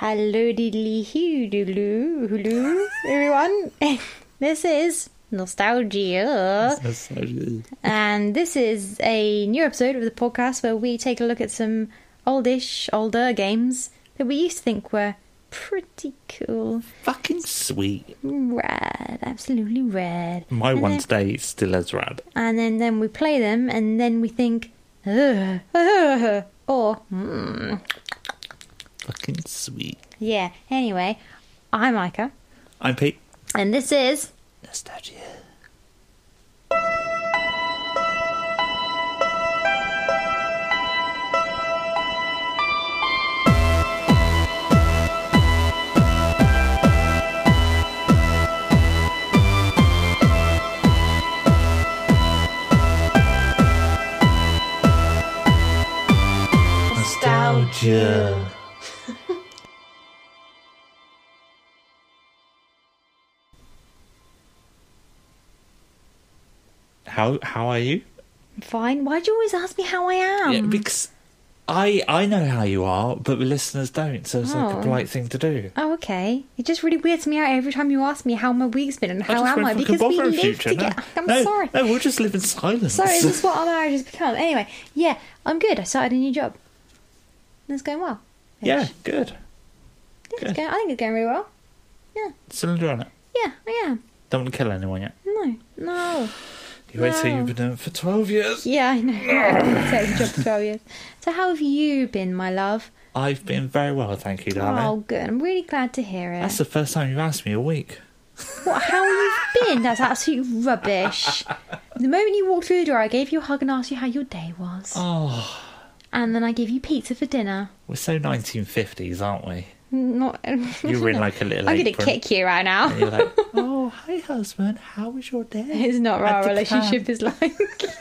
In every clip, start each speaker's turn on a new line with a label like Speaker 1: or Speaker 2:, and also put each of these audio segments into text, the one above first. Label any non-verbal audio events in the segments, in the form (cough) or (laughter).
Speaker 1: Hello diddly hoo doodloo hooloo, everyone. (laughs) this is Nostalgia.
Speaker 2: Nostalgia.
Speaker 1: And this is a new episode of the podcast where we take a look at some oldish, older games that we used to think were pretty cool.
Speaker 2: Fucking sweet.
Speaker 1: Rad, absolutely rad.
Speaker 2: My
Speaker 1: And
Speaker 2: one
Speaker 1: then-
Speaker 2: today is still as rad.
Speaker 1: and then, then we play them, and then we think, ugh, (laughs) ugh," or, mm.
Speaker 2: Fucking sweet.
Speaker 1: yeah. Anyway, I'm Micah,
Speaker 2: I'm Pete.
Speaker 1: and this is
Speaker 2: Nostalgia. Nostalgia. (laughs) How how are you?
Speaker 1: fine. Why do you always ask me how I am?
Speaker 2: Yeah, because I I know how you are, but the listeners don't, so it's like
Speaker 1: Oh.
Speaker 2: a polite thing to do.
Speaker 1: Oh, okay. It just really weirds me out every time you ask me how my week's been and
Speaker 2: I
Speaker 1: how
Speaker 2: just
Speaker 1: am
Speaker 2: went
Speaker 1: I
Speaker 2: from
Speaker 1: because we
Speaker 2: Kabobbo
Speaker 1: live
Speaker 2: future, no-
Speaker 1: together. I'm
Speaker 2: no,
Speaker 1: sorry.
Speaker 2: No, we'll just live in silence.
Speaker 1: Sorry, is this what our marriage has become? Anyway, yeah, I'm good. I started a new job. And it's going well.
Speaker 2: (laughs) yeah, good.
Speaker 1: Yeah, it's
Speaker 2: good.
Speaker 1: going, I think it's going really well.
Speaker 2: Still enjoying it.
Speaker 1: Yeah, I am.
Speaker 2: Don't want to kill anyone yet.
Speaker 1: No, no.
Speaker 2: You wait till
Speaker 1: No.
Speaker 2: you've been doing it for twelve years.
Speaker 1: Yeah, I know. (laughs) I've had a job for 12 years. So, how have you been, my love?
Speaker 2: I've been very well, thank you, darling.
Speaker 1: Oh, good. I'm really glad to hear it.
Speaker 2: That's the first time you've asked me a week.
Speaker 1: What, how have you been? That's absolute
Speaker 2: (laughs)
Speaker 1: rubbish. The moment you walked through the door, I gave you a hug and asked you how your day was.
Speaker 2: Oh,
Speaker 1: And then I gave you pizza for dinner.
Speaker 2: we're so 1950s, aren't we?
Speaker 1: Not. (laughs)
Speaker 2: You're in like a little
Speaker 1: I'm going to
Speaker 2: apron.
Speaker 1: kick you right now.
Speaker 2: And you're like, oh, hi, husband. How was your day?
Speaker 1: (laughs) It's not what
Speaker 2: At
Speaker 1: our
Speaker 2: the
Speaker 1: relationship is like.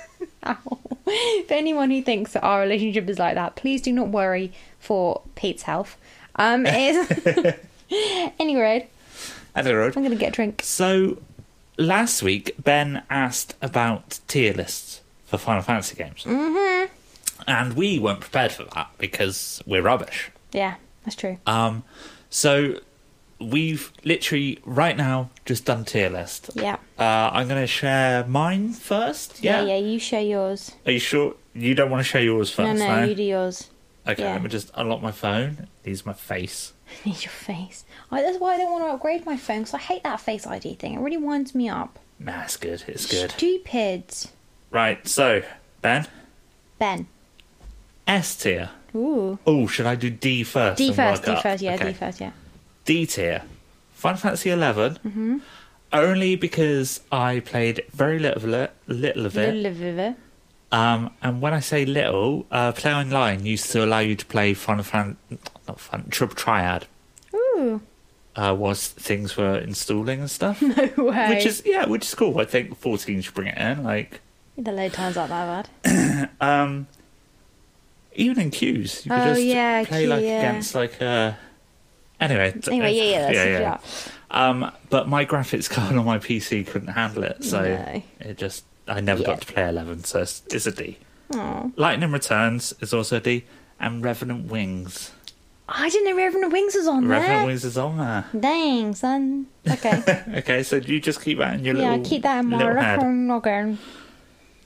Speaker 1: (laughs) Ow. If anyone who thinks that our relationship is like that, please do not worry for Pete's health.
Speaker 2: (laughs)
Speaker 1: Um, it's- (laughs) anyway,
Speaker 2: At the road.
Speaker 1: I'm going to get a drink.
Speaker 2: So, last week, Ben asked about tier lists for Final Fantasy games. Mm-hmm. And we weren't prepared for that because we're rubbish.
Speaker 1: Yeah, that's true.
Speaker 2: Um, so, we've literally, right now, just done tier list.
Speaker 1: Yeah.
Speaker 2: Uh, I'm going to share mine first.
Speaker 1: Yeah,
Speaker 2: Yeah?
Speaker 1: yeah, you share yours.
Speaker 2: Are you sure? You don't want to share yours
Speaker 1: No,
Speaker 2: first,
Speaker 1: no, you do yours. (laughs)
Speaker 2: Okay,
Speaker 1: yeah.
Speaker 2: let me just unlock my phone. These my face.
Speaker 1: I need your face. I, that's why I don't want to upgrade my phone because I hate that face ID thing. It really winds me up.
Speaker 2: Nah, it's good. It's good.
Speaker 1: Stupid.
Speaker 2: Right, so, Ben,
Speaker 1: Ben.
Speaker 2: S tier.
Speaker 1: Ooh.
Speaker 2: Oh, should I do D first?
Speaker 1: D
Speaker 2: and
Speaker 1: first,
Speaker 2: work
Speaker 1: D
Speaker 2: up?
Speaker 1: first, yeah,
Speaker 2: Okay.
Speaker 1: D first, yeah.
Speaker 2: D tier, Final Fantasy eleven,
Speaker 1: Mm-hmm.
Speaker 2: only because I played very little of it, little of it.
Speaker 1: Lulululu.
Speaker 2: Um, and when I say little, uh, Play Online used to allow you to play Final Fan, not Fun, Tri- Triad,
Speaker 1: Ooh. (laughs)
Speaker 2: uh, was things were installing and stuff,
Speaker 1: No way.
Speaker 2: which is yeah, which is cool. I think fourteen should bring it in. Like
Speaker 1: The load times aren't that bad.
Speaker 2: um, even in queues, you could
Speaker 1: Oh,
Speaker 2: just
Speaker 1: yeah,
Speaker 2: play
Speaker 1: queue,
Speaker 2: like
Speaker 1: yeah.
Speaker 2: against like uh. Anyway, t-
Speaker 1: Anyway, yeah, yeah, that's yeah,
Speaker 2: Um, but my graphics card on my PC couldn't handle it, so
Speaker 1: No.
Speaker 2: it just I never
Speaker 1: Yeah.
Speaker 2: got to play eleven, so it's, it's a D.
Speaker 1: Aw.
Speaker 2: Lightning Returns is also a D, and Revenant Wings.
Speaker 1: I didn't know Reverend Wings was on
Speaker 2: Revenant
Speaker 1: there.
Speaker 2: Wings is on there.
Speaker 1: Dang, son.
Speaker 2: (laughs)
Speaker 1: Okay.
Speaker 2: Okay, so you just keep that in your
Speaker 1: yeah,
Speaker 2: little
Speaker 1: keep that in my
Speaker 2: little head.
Speaker 1: noggin.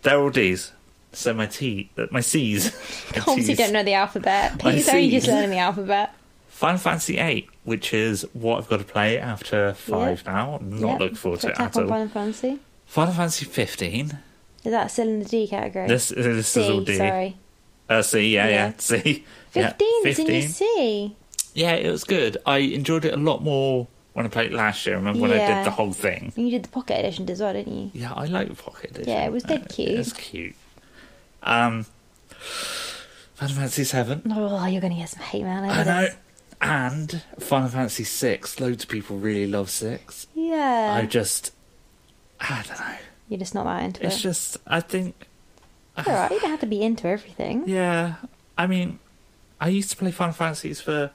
Speaker 2: They're all D's. So my T, uh, my C's.
Speaker 1: (laughs)
Speaker 2: My
Speaker 1: Obviously,
Speaker 2: Ts.
Speaker 1: don't know the alphabet.
Speaker 2: My
Speaker 1: Please only just
Speaker 2: Cs.
Speaker 1: learning the alphabet.
Speaker 2: Final Fantasy VIII, which is what I've got to play after five now. I'm (laughs) not
Speaker 1: Yeah.
Speaker 2: looking forward to it
Speaker 1: Attack
Speaker 2: at
Speaker 1: on
Speaker 2: all.
Speaker 1: Final Fantasy.
Speaker 2: Final Fantasy fifteen.
Speaker 1: Is that still in the D category?
Speaker 2: This this
Speaker 1: C,
Speaker 2: is all D.
Speaker 1: sorry.
Speaker 2: Uh, C, yeah,
Speaker 1: Yeah.
Speaker 2: yeah, C. (laughs) Yeah,
Speaker 1: 15 is in your C.
Speaker 2: Yeah, it was good. I enjoyed it a lot more when I played it last year. I remember when I
Speaker 1: Yeah.
Speaker 2: did the whole thing.
Speaker 1: You did the pocket edition as well, didn't you?
Speaker 2: Yeah, I like Pocket Edition.
Speaker 1: Yeah, it was dead
Speaker 2: It was cute. Um, Final Fantasy Seven.
Speaker 1: Oh, you're going to get some hate mail over
Speaker 2: I know.
Speaker 1: this.
Speaker 2: And Final Fantasy Six. Loads of people really love Six.
Speaker 1: Yeah.
Speaker 2: I just, I don't know.
Speaker 1: You're just not that into
Speaker 2: It's
Speaker 1: it.
Speaker 2: just, I think,
Speaker 1: It's all right. You don't have to be into everything.
Speaker 2: yeah. I mean, I used to play Final Fantasies for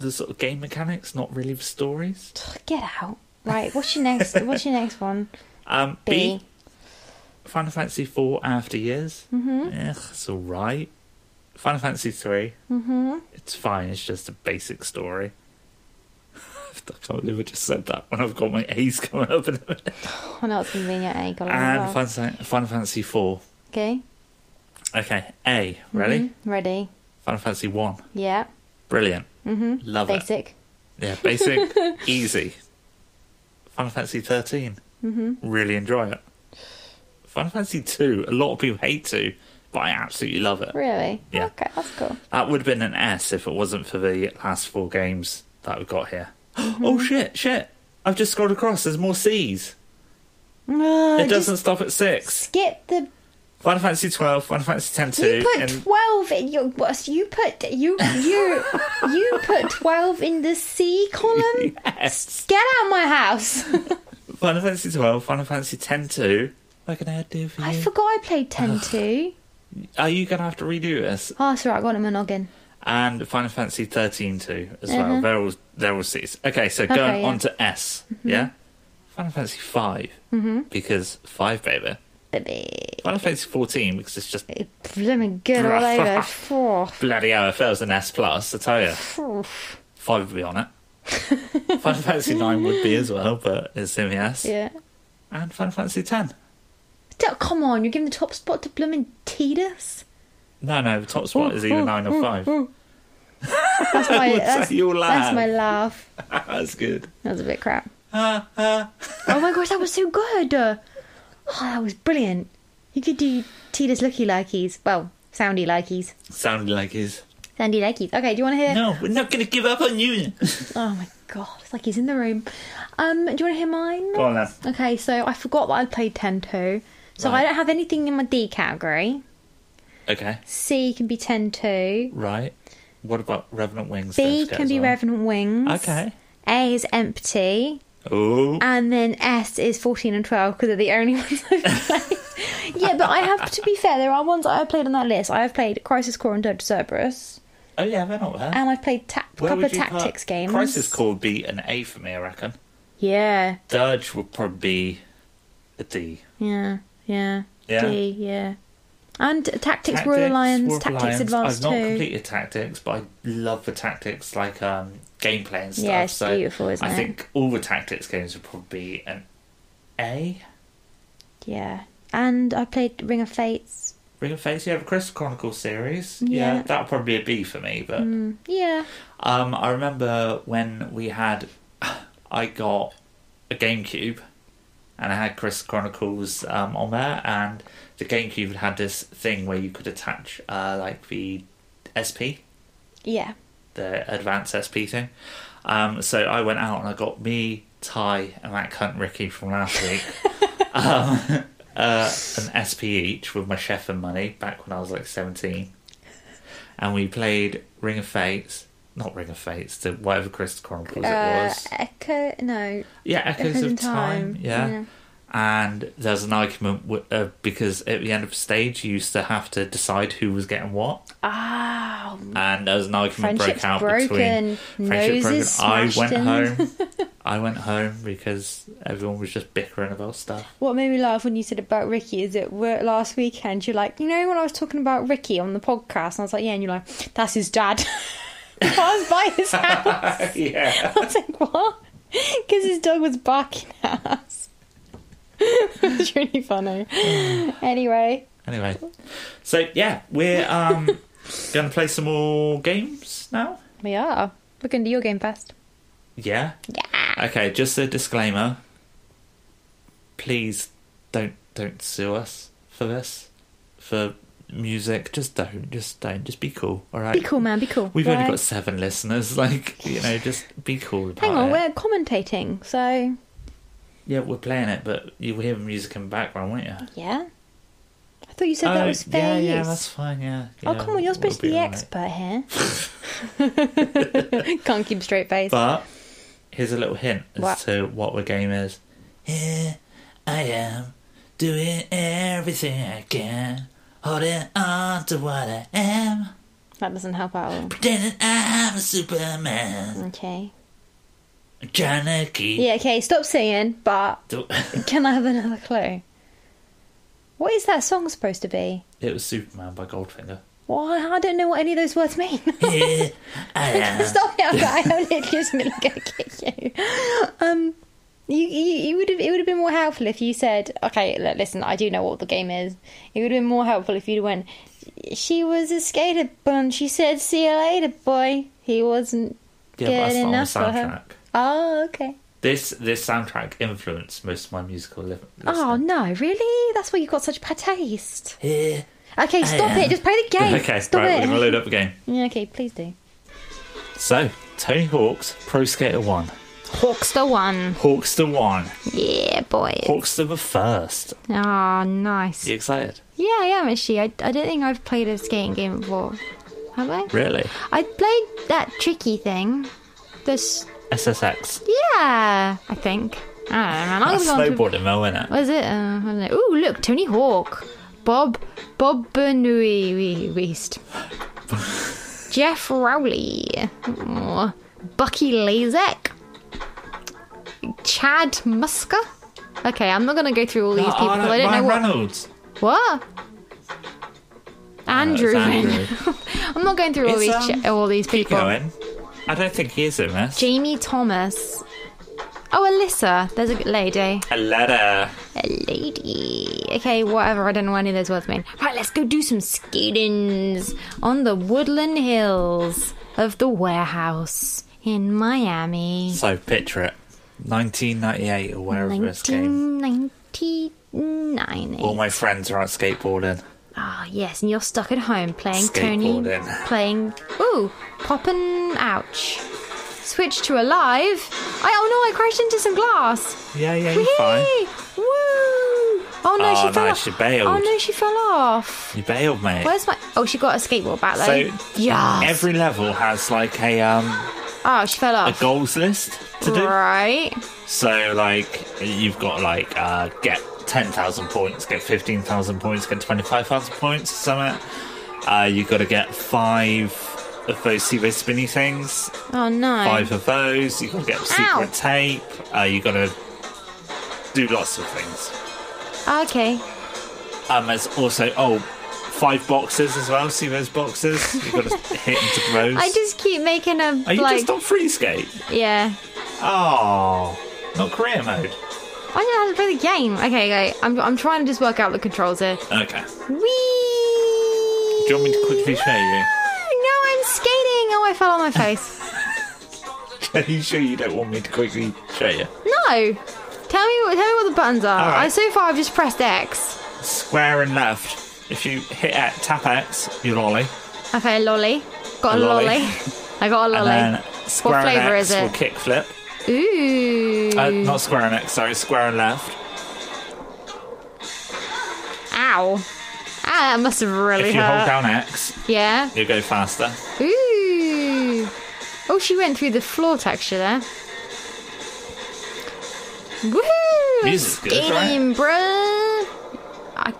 Speaker 2: the sort of game mechanics, not really the stories.
Speaker 1: Get out. Right. What's your next? what's your next one?
Speaker 2: Um,
Speaker 1: B.
Speaker 2: (laughs) B. Final Fantasy IV After Years. Mm-hmm. it's all right. Final Fantasy 3 Mm-hmm. It's fine. It's just a basic story. (laughs) I can't believe I just said that when I've got my A's coming up in a minute.
Speaker 1: Oh, no, it's convenient. Eh? Got
Speaker 2: And
Speaker 1: and
Speaker 2: Final Fantasy- Final Fantasy 4.
Speaker 1: Okay.
Speaker 2: Okay, A. Ready?
Speaker 1: Mm, ready.
Speaker 2: Final Fantasy 1.
Speaker 1: Yeah.
Speaker 2: Brilliant. Mm-hmm. Love it.
Speaker 1: Basic.
Speaker 2: Yeah, basic, (laughs) easy. Final Fantasy 13. Mm-hmm. Really enjoy it. Final Fantasy 2. A lot of people hate 2, but I absolutely love it.
Speaker 1: Really?
Speaker 2: Yeah.
Speaker 1: Okay, that's cool.
Speaker 2: That would have been an S if it wasn't for the last four games that we've got here. (gasps) oh
Speaker 1: Mm-hmm.
Speaker 2: shit, shit. I've just scrolled across. There's more C's.
Speaker 1: No,
Speaker 2: It
Speaker 1: Oh, just
Speaker 2: doesn't stop at 6.
Speaker 1: skip the.
Speaker 2: Final Fantasy 12, Final Fantasy 10 2.
Speaker 1: You put
Speaker 2: and
Speaker 1: twelve in your. What, you put you
Speaker 2: (laughs)
Speaker 1: you you put twelve in the C column.
Speaker 2: yes.
Speaker 1: Get out of my
Speaker 2: (laughs)
Speaker 1: house!
Speaker 2: Final Fantasy 12, Final Fantasy 10 2. What can I do for you?
Speaker 1: I forgot I played ten two.
Speaker 2: Are you going to have to redo this?
Speaker 1: Oh, that's right. I got it in my noggin.
Speaker 2: and Final Fantasy 13 too as well. They're all they're all C's. Okay, so going
Speaker 1: Mm-hmm. yeah. Mm-hmm.
Speaker 2: on to S, yeah. Final Fantasy 5 mm-hmm. because five baby.
Speaker 1: Baby,
Speaker 2: Final Fantasy 14 because it's just
Speaker 1: blooming good all
Speaker 2: (laughs)
Speaker 1: over. Phew.
Speaker 2: bloody hell if that was an S plus. I tell you,
Speaker 1: Phew.
Speaker 2: five would
Speaker 1: (laughs)
Speaker 2: be on it. Final Fantasy 9 would be as well, but it's in the S.
Speaker 1: Yeah.
Speaker 2: And Final Fantasy 10.
Speaker 1: Don't- Come on, you're giving the top spot to blooming Tidus?
Speaker 2: No, no, the top spot is either
Speaker 1: Oh,
Speaker 2: nine or five. (laughs)
Speaker 1: That's my
Speaker 2: would
Speaker 1: that's,
Speaker 2: say you'll
Speaker 1: that's
Speaker 2: laugh.
Speaker 1: my laugh.
Speaker 2: (laughs) That's good.
Speaker 1: That was a bit crap.
Speaker 2: Uh,
Speaker 1: oh my gosh, that was so good. Oh, that was brilliant. You could do Tita's looky likies. Well, soundy likies.
Speaker 2: Sounded like his.
Speaker 1: Soundy likies. Okay, do you want to hear?
Speaker 2: No, we're not going to give up
Speaker 1: (laughs)
Speaker 2: on you.
Speaker 1: Oh my god, it's like he's in the room. Um, do you want to hear mine?
Speaker 2: Go on, then.
Speaker 1: Okay, so I forgot that I played 10 2. So I
Speaker 2: Right.
Speaker 1: don't have anything in my D category.
Speaker 2: Okay,
Speaker 1: C can be 10 2.
Speaker 2: right. What about Revenant Wings?
Speaker 1: B
Speaker 2: Let's get
Speaker 1: can
Speaker 2: as
Speaker 1: be
Speaker 2: well.
Speaker 1: Revenant Wings.
Speaker 2: Okay.
Speaker 1: A is empty.
Speaker 2: Oh.
Speaker 1: and then S is 14 and 12 because they're the only (laughs) ones I've played. yeah, but I have to be fair, there are ones I have played on that list. I have played Crisis Core and Dead Cerberus,
Speaker 2: Oh yeah, they're not there.
Speaker 1: and I've played ta- a
Speaker 2: Where
Speaker 1: couple
Speaker 2: would
Speaker 1: of
Speaker 2: you put-
Speaker 1: tactics games.
Speaker 2: Crisis Core would be an A for me, I reckon.
Speaker 1: Yeah,
Speaker 2: Dirge would probably be a D.
Speaker 1: yeah, yeah.
Speaker 2: Yeah.
Speaker 1: D, yeah. And Tactics Royal Alliance,
Speaker 2: War of
Speaker 1: Tactics
Speaker 2: Alliance.
Speaker 1: Advanced
Speaker 2: I've not
Speaker 1: 2.
Speaker 2: completed tactics, but I love the tactics like um, gameplay and stuff.
Speaker 1: Yeah, it's
Speaker 2: so
Speaker 1: beautiful, isn't
Speaker 2: I
Speaker 1: it?
Speaker 2: think all the tactics games would probably be an A.
Speaker 1: Yeah. And I played Ring of Fates.
Speaker 2: Ring of Fates, you have a Crystal Chronicles series.
Speaker 1: Yeah. Hmm.
Speaker 2: that would probably be a B for me, but
Speaker 1: Yeah.
Speaker 2: Um, I remember when we had, (sighs) I got a GameCube, and I had Chris Chronicles um, on there, and the GameCube had this thing where you could attach uh, like the SP,
Speaker 1: Yeah.
Speaker 2: the advanced SP thing. Um, so I went out and I got me, Ty, and that cunt Ricky from last
Speaker 1: (laughs)
Speaker 2: week. um, uh, an SP each with my chef and money back when I was like 17. And we played Ring of Fates, not Ring of Fates, the whatever Crystal Chronicles it
Speaker 1: Uh,
Speaker 2: was.
Speaker 1: Echo. No.
Speaker 2: Yeah, Echoes
Speaker 1: Echoes in
Speaker 2: of Time.
Speaker 1: Time,
Speaker 2: Yeah.
Speaker 1: yeah.
Speaker 2: And there's an argument w- uh, because at the end of the stage, you used to have to decide who was getting what
Speaker 1: Ah,
Speaker 2: and there was an argument
Speaker 1: Friendship's
Speaker 2: broke out
Speaker 1: broken.
Speaker 2: between
Speaker 1: Noses
Speaker 2: I
Speaker 1: smashed
Speaker 2: went
Speaker 1: in.
Speaker 2: home.
Speaker 1: (laughs)
Speaker 2: I went home because everyone was just bickering
Speaker 1: (laughs)
Speaker 2: about stuff.
Speaker 1: What made me laugh when you said about Ricky is it were- last weekend you're like, you know when I was talking about Ricky on the podcast and I was like, yeah, and you're like, that's his dad. (laughs) I was by his house.
Speaker 2: yeah,
Speaker 1: I was like, what? Because his dog was barking at us. (laughs) it's really funny. anyway,
Speaker 2: Anyway, so yeah, we're
Speaker 1: (laughs)
Speaker 2: um going to play some more games now.
Speaker 1: we are. We're going to do your game first.
Speaker 2: Yeah. Yeah. Okay, just a disclaimer. Please don't don't sue us for this for music. Just don't. Just don't. Just be cool. All right.
Speaker 1: Be cool, man. Be cool.
Speaker 2: We've only
Speaker 1: Right.
Speaker 2: got seven listeners. (laughs) Like, you know, just be cool about
Speaker 1: Hang on,
Speaker 2: it.
Speaker 1: we're commentating, so
Speaker 2: Yeah, we're playing it, but you will hear music in the background, won't you? Oh,
Speaker 1: yeah. I thought you said that was fair
Speaker 2: Uh, yeah,
Speaker 1: use.
Speaker 2: yeah, that's fine. Yeah.
Speaker 1: Oh,
Speaker 2: yeah,
Speaker 1: come on, you're
Speaker 2: we'll
Speaker 1: supposed to
Speaker 2: be
Speaker 1: be the
Speaker 2: all right.
Speaker 1: expert here.
Speaker 2: (laughs)
Speaker 1: (laughs) Can't keep a straight face.
Speaker 2: But here's a little hint as
Speaker 1: What?
Speaker 2: to what the game is. Here I am, doing everything I can, holding on to what I am,
Speaker 1: that doesn't help out
Speaker 2: (laughs)
Speaker 1: at all.
Speaker 2: pretending I'm a Superman,
Speaker 1: Okay.
Speaker 2: I'm trying to keep.
Speaker 1: Yeah, okay, stop singing, but
Speaker 2: the- (laughs)
Speaker 1: can I have another clue? What is that song supposed to be? (laughs)
Speaker 2: it was Superman by Goldfinger.
Speaker 1: Well, I don't know what any of those words mean. (laughs) Stop it! I'm, I am (laughs) legitimately going to kick you. Um, you, you, you would have it would have been more helpful if you said, "Okay, look, listen, I do know what the game is." It would have been more helpful if you'd went. She was a skater bun. She said, "See you later, boy." He wasn't
Speaker 2: Yeah, but
Speaker 1: good
Speaker 2: that's not on the
Speaker 1: enough for her.
Speaker 2: soundtrack.
Speaker 1: Oh, okay.
Speaker 2: This this soundtrack influenced most of my musical li-
Speaker 1: Oh
Speaker 2: listening.
Speaker 1: no, really? That's why you got such bad taste.
Speaker 2: Eh.
Speaker 1: Okay, stop
Speaker 2: am.
Speaker 1: it. Just play the game.
Speaker 2: (laughs) Okay,
Speaker 1: stop
Speaker 2: right,
Speaker 1: it.
Speaker 2: we're gonna load up again.
Speaker 1: Yeah, (laughs) okay, please do.
Speaker 2: So, Tony Hawk's Pro Skater One,
Speaker 1: Hawkster one.
Speaker 2: Hawkster One,
Speaker 1: Yeah, boy.
Speaker 2: Hawkster the First.
Speaker 1: Ah, nice.
Speaker 2: You excited?
Speaker 1: Yeah, I am actually. I, I don't think I've played a skating game before. Have I?
Speaker 2: Really?
Speaker 1: I played that tricky thing. This.
Speaker 2: SSX.
Speaker 1: Yeah, I think. I don't know, man. I'm
Speaker 2: That's
Speaker 1: gonna go on to.
Speaker 2: snowboarding, though, isn't it?
Speaker 1: What is it? Uh, I don't know. Ooh, look, Tony Hawk. Bob. Bob Bernouille (laughs) Weast. Jeff Rowley. Aw. Bucky Lazek. Chad Musker. Okay, I'm not gonna go through all these people.
Speaker 2: oh, no,
Speaker 1: I don't
Speaker 2: Ryan
Speaker 1: know what.
Speaker 2: Reynolds.
Speaker 1: What? Andrew.
Speaker 2: Uh, It's Andrew.
Speaker 1: (laughs) I'm not going through all
Speaker 2: It's,
Speaker 1: these
Speaker 2: um,
Speaker 1: ch- all these
Speaker 2: Keep
Speaker 1: people.
Speaker 2: going. I don't think he is in this.
Speaker 1: Jamie Thomas. Oh, Alyssa. There's a good lady.
Speaker 2: A letter.
Speaker 1: A lady. Okay, whatever. I don't know what any of those words mean. Right, let's go do some skatings on the woodland hills of the warehouse in Miami.
Speaker 2: So picture it. 1998 or wherever this game.
Speaker 1: 1999.
Speaker 2: All my friends are out skateboarding.
Speaker 1: Ah, yes, and you're stuck at home playing Tony.
Speaker 2: Skateboarding.
Speaker 1: Playing. Ooh, poppin' ouch. Switch to alive. I oh no, I crashed into some glass.
Speaker 2: Yeah, yeah, you're fine.
Speaker 1: Whee! Woo! Oh no,
Speaker 2: Oh,
Speaker 1: she fell
Speaker 2: no,
Speaker 1: off.
Speaker 2: she bailed.
Speaker 1: Oh no, she fell off.
Speaker 2: You bailed, mate.
Speaker 1: Where's my? Oh, she got a skateboard back though.
Speaker 2: So,
Speaker 1: yeah.
Speaker 2: Every level has like a um
Speaker 1: oh, she fell
Speaker 2: a
Speaker 1: off.
Speaker 2: goals list to do.
Speaker 1: Right.
Speaker 2: So like you've got like uh get ten thousand points, get fifteen thousand points, get twenty five thousand points, something. Uh you gotta get five of those secret spinny things.
Speaker 1: Oh no.
Speaker 2: Five of those, you gotta get
Speaker 1: Ow.
Speaker 2: secret tape, uh you gotta do lots of things.
Speaker 1: Okay.
Speaker 2: Um there's also oh five boxes as well, see those boxes? You
Speaker 1: (laughs)
Speaker 2: gotta hit into those.
Speaker 1: I just keep making a
Speaker 2: Are you
Speaker 1: like.
Speaker 2: just on free skate?
Speaker 1: yeah.
Speaker 2: Oh, not career mode.
Speaker 1: I don't know how to play the game. Okay, okay. I'm I'm trying to just work out the controls here.
Speaker 2: Okay.
Speaker 1: Whee!
Speaker 2: Do you want me to quickly show you?
Speaker 1: No, I'm skating. Oh, I fell on my face.
Speaker 2: Are you sure you don't want me to quickly show you?
Speaker 1: no. Tell me, what- tell me what the buttons are.
Speaker 2: All right.
Speaker 1: I, so far, I've just pressed X.
Speaker 2: Square and left. If you hit at tap X, you lolly,
Speaker 1: Okay, lolly. Got
Speaker 2: A
Speaker 1: a,
Speaker 2: lolly.
Speaker 1: lolly. (laughs) I got a
Speaker 2: and
Speaker 1: lolly.
Speaker 2: then square
Speaker 1: what
Speaker 2: and
Speaker 1: flavour
Speaker 2: X
Speaker 1: is
Speaker 2: will
Speaker 1: it? Mm.
Speaker 2: kick flip.
Speaker 1: Ooh.
Speaker 2: Uh, not square and X, sorry, square and left.
Speaker 1: Ow. Ah, that must have really
Speaker 2: if you
Speaker 1: hurt.
Speaker 2: hold down X,
Speaker 1: yeah.
Speaker 2: you go faster.
Speaker 1: Ooh. Oh, she went through the floor texture there. Woohoo!
Speaker 2: Music's good,
Speaker 1: Skating, bruh. I,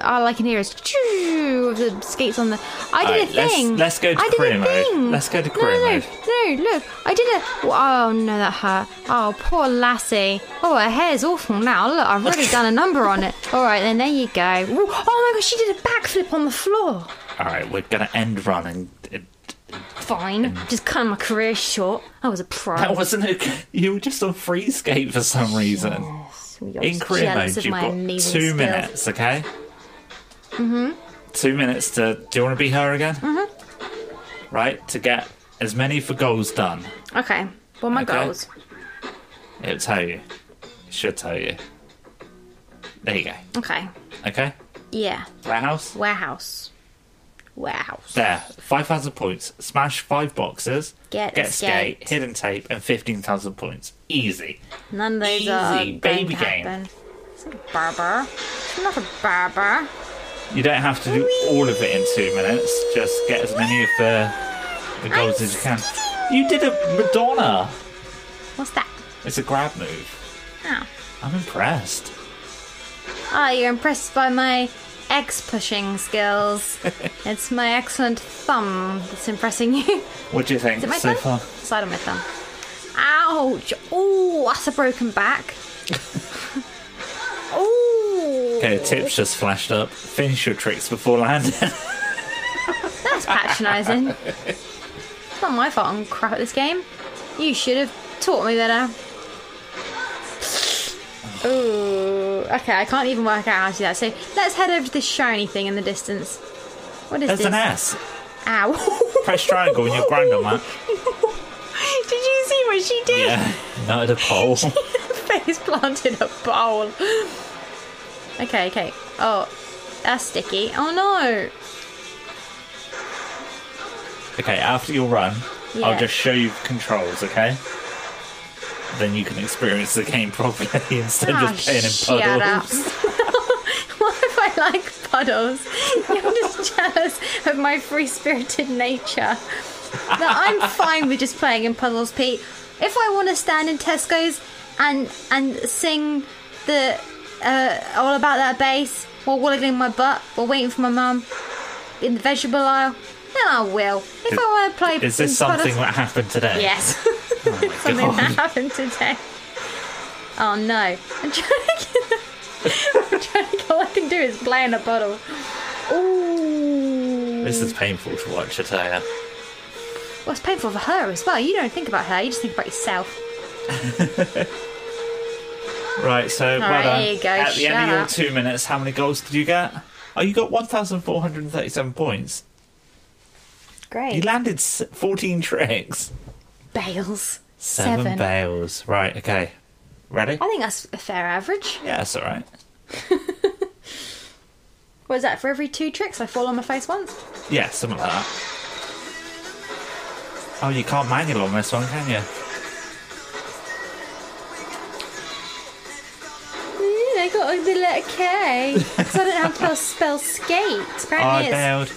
Speaker 1: all I can hear is choo of the skates on the. I did
Speaker 2: Alright,
Speaker 1: a
Speaker 2: let's-
Speaker 1: thing.
Speaker 2: let's go to
Speaker 1: I did
Speaker 2: career
Speaker 1: a
Speaker 2: mode.
Speaker 1: thing.
Speaker 2: Let's go to
Speaker 1: No,
Speaker 2: career
Speaker 1: no,
Speaker 2: mode.
Speaker 1: No, no, look, I did a. Oh no, that hurt. Oh, poor lassie. Oh, her hair's awful now. Look, I've already done a number on
Speaker 2: (laughs)
Speaker 1: it. All right, then there you go. Ooh, Oh my gosh, she did a backflip on the floor.
Speaker 2: Alright, we're gonna end run and. and-
Speaker 1: Fine.
Speaker 2: Mm.
Speaker 1: Just cut my career short. I was a pro.
Speaker 2: That wasn't okay. You were just on free skate for some reason.
Speaker 1: You're
Speaker 2: In
Speaker 1: just
Speaker 2: career
Speaker 1: jealous
Speaker 2: mode,
Speaker 1: of
Speaker 2: you've
Speaker 1: my
Speaker 2: got two
Speaker 1: amazing skills. Mm-hmm.
Speaker 2: minutes, okay? Mm-hmm. Two minutes to. Do you want to be her again? Mm-hmm. Right, to get as many for goals done.
Speaker 1: Okay. What are my
Speaker 2: Okay.
Speaker 1: goals?
Speaker 2: It'll tell you. It should tell you. There you go.
Speaker 1: Okay.
Speaker 2: Okay?
Speaker 1: Yeah.
Speaker 2: Warehouse.
Speaker 1: Warehouse. Warehouse.
Speaker 2: There. 5,000 points. Smash five boxes.
Speaker 1: Get a
Speaker 2: skate,
Speaker 1: skate.
Speaker 2: hidden tape, and 15,000 points. Easy.
Speaker 1: None of those
Speaker 2: Easy,
Speaker 1: are going
Speaker 2: baby
Speaker 1: to
Speaker 2: game.
Speaker 1: happen. It's not a barber. I'm not a barber.
Speaker 2: You don't have to do all of it in two minutes. Just get as many of the, the goals as you can. You did a Madonna.
Speaker 1: What's that?
Speaker 2: It's a grab move.
Speaker 1: Oh.
Speaker 2: I'm impressed.
Speaker 1: Ah, you're impressed by my X pushing
Speaker 2: (laughs)
Speaker 1: skills. it's my excellent thumb that's impressing you.
Speaker 2: What do you think
Speaker 1: Is it my
Speaker 2: so
Speaker 1: thumb?
Speaker 2: far?
Speaker 1: Side of my thumb. Ouch! Oh, that's a broken
Speaker 2: (laughs)
Speaker 1: back. oh.
Speaker 2: Okay, the tips just flashed up. Finish your tricks before landing.
Speaker 1: patronising. it's not my fault I'm crap at this game. You should have taught me
Speaker 2: (sighs)
Speaker 1: better. Ooh. Okay, I can't even work out how to do that. So let's head over to this shiny thing in the distance. What is
Speaker 2: (laughs) There's
Speaker 1: this?
Speaker 2: an S.
Speaker 1: Ow.
Speaker 2: Press triangle and
Speaker 1: (laughs)
Speaker 2: you'll grind on that.
Speaker 1: Did you see what she did?
Speaker 2: Yeah, (laughs) not at a
Speaker 1: (laughs)
Speaker 2: pole.
Speaker 1: face planted a bowl. Okay, okay. Oh, that's sticky. Oh no. (laughs)
Speaker 2: Okay, after your run,
Speaker 1: Yeah.
Speaker 2: I'll just show you controls, okay? Then you can experience the game (laughs) properly instead
Speaker 1: Ah,
Speaker 2: of just
Speaker 1: shut
Speaker 2: playing in
Speaker 1: up.
Speaker 2: puddles.
Speaker 1: Why if I like puddles? (laughs) You're just jealous of my free spirited nature. No, I'm fine with just playing in puddles, Pete. If I want to stand in Tesco's and and sing the uh, all about that bass while wiggling my butt while waiting for my mum in the vegetable aisle, then I will. If I want to play,
Speaker 2: Is
Speaker 1: in
Speaker 2: this something
Speaker 1: puddles-
Speaker 2: that happened today?
Speaker 1: Yes. (laughs) Something
Speaker 2: God.
Speaker 1: that happened today. Oh no. I'm trying to get, I'm trying to get all I can do is play in a bottle. Ooh.
Speaker 2: This is painful to watch, I tell ya.
Speaker 1: Well, it's painful for her as well. You don't think about her, you just think about yourself.
Speaker 2: Right, so well
Speaker 1: right,
Speaker 2: done.
Speaker 1: here you go,
Speaker 2: At the end
Speaker 1: shut
Speaker 2: of
Speaker 1: up.
Speaker 2: your two minutes, how many goals did you get? Oh, you got 1,437 points. You
Speaker 1: Great.
Speaker 2: landed s- 14 tricks.
Speaker 1: Bales.
Speaker 2: Seven, bales. Right, okay. Ready?
Speaker 1: I think that's a fair average.
Speaker 2: Yeah, that's alright.
Speaker 1: What is that? For every two tricks, I fall on my face once.
Speaker 2: Yeah, something like that. Oh, you can't manual on this one, can you?
Speaker 1: Mm, I got a letter (laughs) K. Because I don't know how to spell- spell skate. Apparently
Speaker 2: Oh, I
Speaker 1: it's
Speaker 2: bailed.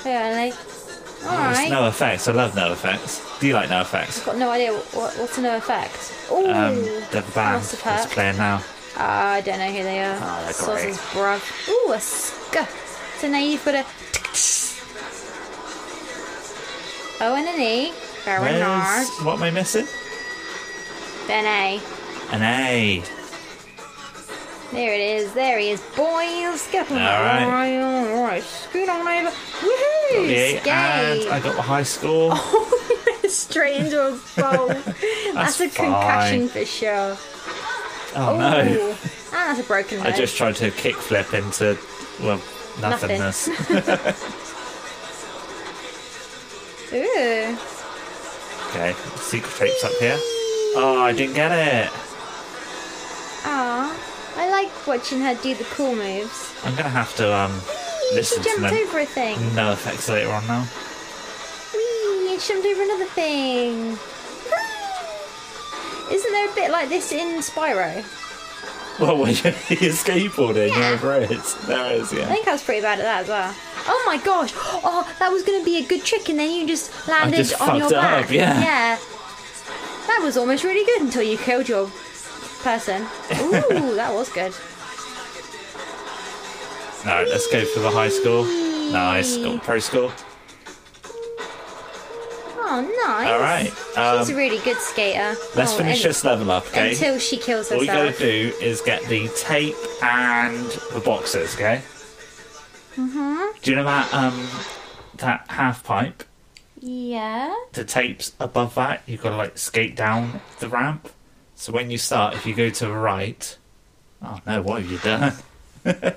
Speaker 1: Apparently.
Speaker 2: It's
Speaker 1: Alright.
Speaker 2: no effects. I love no effects. Do you like no effects?
Speaker 1: Got no idea what, what's a no effect. Ooh,
Speaker 2: Um, the band
Speaker 1: must have hurt.
Speaker 2: that's playing now.
Speaker 1: Ah, I don't know who they are.
Speaker 2: Oh, they're
Speaker 1: Sausage
Speaker 2: great.
Speaker 1: bruv. Ooh, a sk. So now you've got a. O and an E. Very
Speaker 2: Where's,
Speaker 1: nice.
Speaker 2: what am I missing?
Speaker 1: Then A.
Speaker 2: An A.
Speaker 1: There it is. There he is. Boys, get up on
Speaker 2: All right.
Speaker 1: Alright, alright. Scoot on over.
Speaker 2: Got the
Speaker 1: Woohoo!
Speaker 2: eight, and I
Speaker 1: Skate!
Speaker 2: got the high score.
Speaker 1: Oh, (laughs) Straight into a bowl.
Speaker 2: (laughs)
Speaker 1: that's, a concussion
Speaker 2: fine.
Speaker 1: for sure.
Speaker 2: Oh
Speaker 1: Ooh.
Speaker 2: no.
Speaker 1: And that's a broken
Speaker 2: I
Speaker 1: leg.
Speaker 2: just tried to kickflip into, well, nothingness.
Speaker 1: Ooh.
Speaker 2: okay, secret tapes up here. Oh, I didn't get it.
Speaker 1: Aw, I like watching her do the cool moves.
Speaker 2: I'm gonna have to um listen
Speaker 1: she
Speaker 2: to
Speaker 1: jumped
Speaker 2: them.
Speaker 1: over a thing.
Speaker 2: No effects later on now.
Speaker 1: Whee! And she jumped over another thing. Whee! Isn't there a bit like this in Spyro?
Speaker 2: Well, (laughs) when you're skateboarding
Speaker 1: Yeah.
Speaker 2: over it. There it is,
Speaker 1: I
Speaker 2: yeah.
Speaker 1: think I was pretty bad at that as well. Oh my gosh! Oh, that was going to be a good trick, and then you just landed
Speaker 2: just
Speaker 1: on your
Speaker 2: fucked it
Speaker 1: back.
Speaker 2: up, yeah.
Speaker 1: That was almost really good until you killed your
Speaker 2: (laughs)
Speaker 1: person. Ooh, that was good.
Speaker 2: No, let's go for the high score. Nice, got the pro score.
Speaker 1: Oh, nice.
Speaker 2: All right,
Speaker 1: She's a
Speaker 2: um,
Speaker 1: really good skater.
Speaker 2: let's
Speaker 1: Oh,
Speaker 2: finish
Speaker 1: and-
Speaker 2: this level up, okay?
Speaker 1: Until she kills
Speaker 2: All you gotta
Speaker 1: herself.
Speaker 2: do is get the tape and the boxes, okay? Mm-hmm. Do you know that um that half pipe?
Speaker 1: Yeah.
Speaker 2: The tapes above that, you gotta like skate down the ramp. So when you start, if you go to the right, oh no, what have you done? (laughs)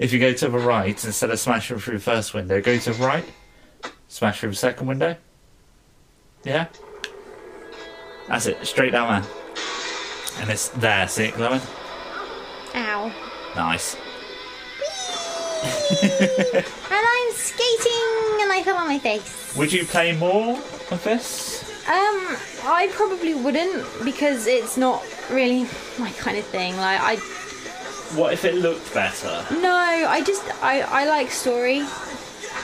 Speaker 2: if you go to the right instead of smashing through the first window, go to the right, smash through the second window. Yeah, that's it. Straight down there, and it's there. See it glowing.
Speaker 1: Ow.
Speaker 2: Nice.
Speaker 1: And I'm skating and I fell on my face.
Speaker 2: Would you play more of this?
Speaker 1: Um, I probably wouldn't because it's not really my kind of thing. Like, I.
Speaker 2: What if it looked better?
Speaker 1: No, I just. I, I like story.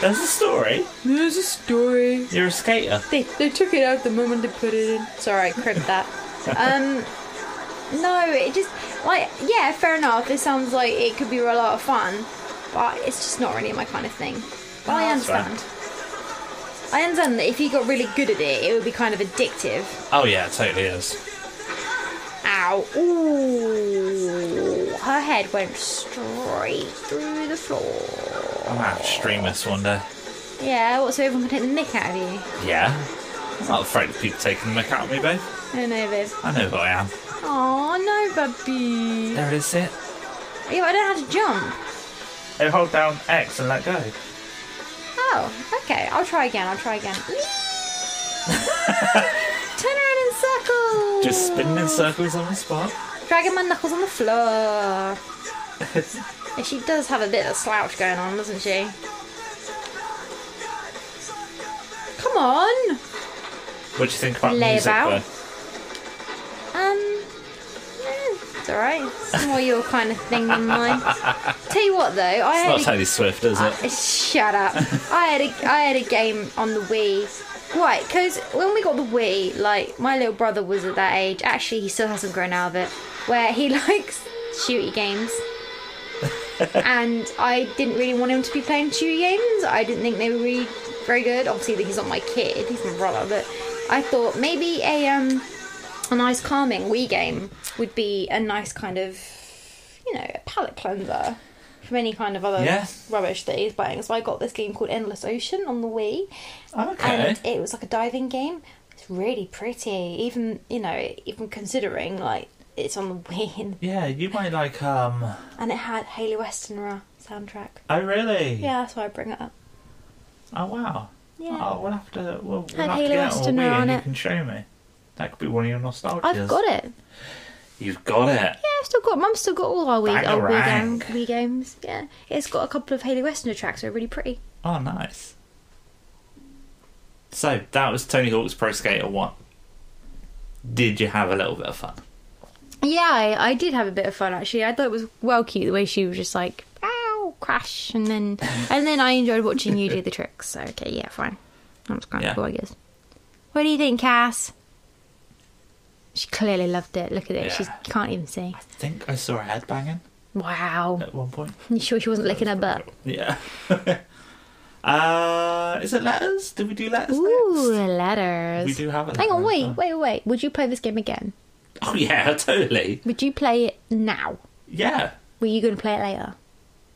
Speaker 2: There's a story.
Speaker 1: There's a story.
Speaker 2: You're a skater.
Speaker 1: They, they took it out the moment they put it in. Sorry, I cribbed that. um, no, it just. Like, yeah, fair enough. It sounds like it could be a lot of fun, but it's just not really my kind of thing. But I
Speaker 2: That's fair.
Speaker 1: understand. I understand that if you got really good at it, it would be kind of addictive.
Speaker 2: Oh yeah, it totally is.
Speaker 1: Ow. Ooh. I her head went straight through the floor.
Speaker 2: I'm gonna have to stream this one day.
Speaker 1: Yeah, what, so everyone can take the mick out of you?
Speaker 2: Yeah. I'm not afraid of people taking the mick out of me, babe.
Speaker 1: I don't know, babe.
Speaker 2: I know who I am.
Speaker 1: Oh, no, baby.
Speaker 2: There it is, see it?
Speaker 1: Yeah, but I don't know how to jump.
Speaker 2: Oh, hold down X and let go.
Speaker 1: Oh, okay. I'll try again. I'll try again.
Speaker 2: (laughs)
Speaker 1: Turn around in circles.
Speaker 2: Just spinning in circles on the spot.
Speaker 1: Dragging my knuckles on the floor.
Speaker 2: (laughs)
Speaker 1: Yeah, she does have a bit of a slouch going on, doesn't she? Come on.
Speaker 2: What do you think about
Speaker 1: Lay
Speaker 2: music,
Speaker 1: about.
Speaker 2: though?
Speaker 1: Um, eh, it's alright. It's more your kind of thing than
Speaker 2: (laughs)
Speaker 1: mine. Tell you what, though, I
Speaker 2: It's
Speaker 1: had
Speaker 2: not
Speaker 1: a-
Speaker 2: Taylor Swift, is it?
Speaker 1: Uh, Shut up. I had a I had a game on the Wii. Right, because when we got the Wii, like my little brother was at that age. Actually, he still hasn't grown out of it, where he (laughs) likes shooty games. and I didn't really want him to be playing shooty games. I didn't think they were really very good. Obviously, he's not my kid. He's my brother, but I thought maybe a um a nice calming Wii game would be a nice kind of you know a palate cleanser from any kind of other
Speaker 2: Yeah.
Speaker 1: rubbish that he's buying. So I got this game called Endless Ocean on the Wii,
Speaker 2: Okay.
Speaker 1: and it was like a diving game. It's really pretty, even you know, even considering like it's on the (laughs) Wii, and,
Speaker 2: Yeah, you might like, um.
Speaker 1: and it had Haley Westenra soundtrack.
Speaker 2: Oh, really?
Speaker 1: Yeah, that's why I bring it up.
Speaker 2: Oh, wow.
Speaker 1: Yeah.
Speaker 2: Oh, we'll have to. We'll, we'll
Speaker 1: Had
Speaker 2: have
Speaker 1: Hayley
Speaker 2: to get
Speaker 1: Weston
Speaker 2: it all
Speaker 1: on
Speaker 2: and you
Speaker 1: it.
Speaker 2: can show me. That could be one of your nostalgias.
Speaker 1: I've got it. Yeah,
Speaker 2: You've got it.
Speaker 1: I've still got. Mum's still got all our Wii, our Wii, game,
Speaker 2: Bangarang.
Speaker 1: Wii games. Yeah, it's got a couple of Haley Westenra tracks. They're really pretty.
Speaker 2: Oh, nice. So that was Tony Hawk's Pro Skater One. Did you have a little bit of fun?
Speaker 1: Yeah, I, I did have a bit of fun actually. I thought it was well cute the way she was just like, ow, crash, and
Speaker 2: (laughs)
Speaker 1: then and then I enjoyed watching you do the tricks. So okay, yeah, fine. That's kind
Speaker 2: Yeah.
Speaker 1: of cool, I guess. What do you think, Cass? She clearly loved it. Look at it. She
Speaker 2: Yeah.
Speaker 1: can't even see.
Speaker 2: I think I saw a head banging
Speaker 1: Wow.
Speaker 2: at one point.
Speaker 1: You sure she wasn't licking her butt?
Speaker 2: Yeah. (laughs) uh, is it letters? Did we do letters
Speaker 1: Ooh,
Speaker 2: next?
Speaker 1: letters.
Speaker 2: We do have a
Speaker 1: Hang on,
Speaker 2: letter.
Speaker 1: wait, wait, wait. Would you play this game again?
Speaker 2: Oh yeah, (laughs) totally.
Speaker 1: Would you play it now?
Speaker 2: Yeah.
Speaker 1: Were you going to play it later?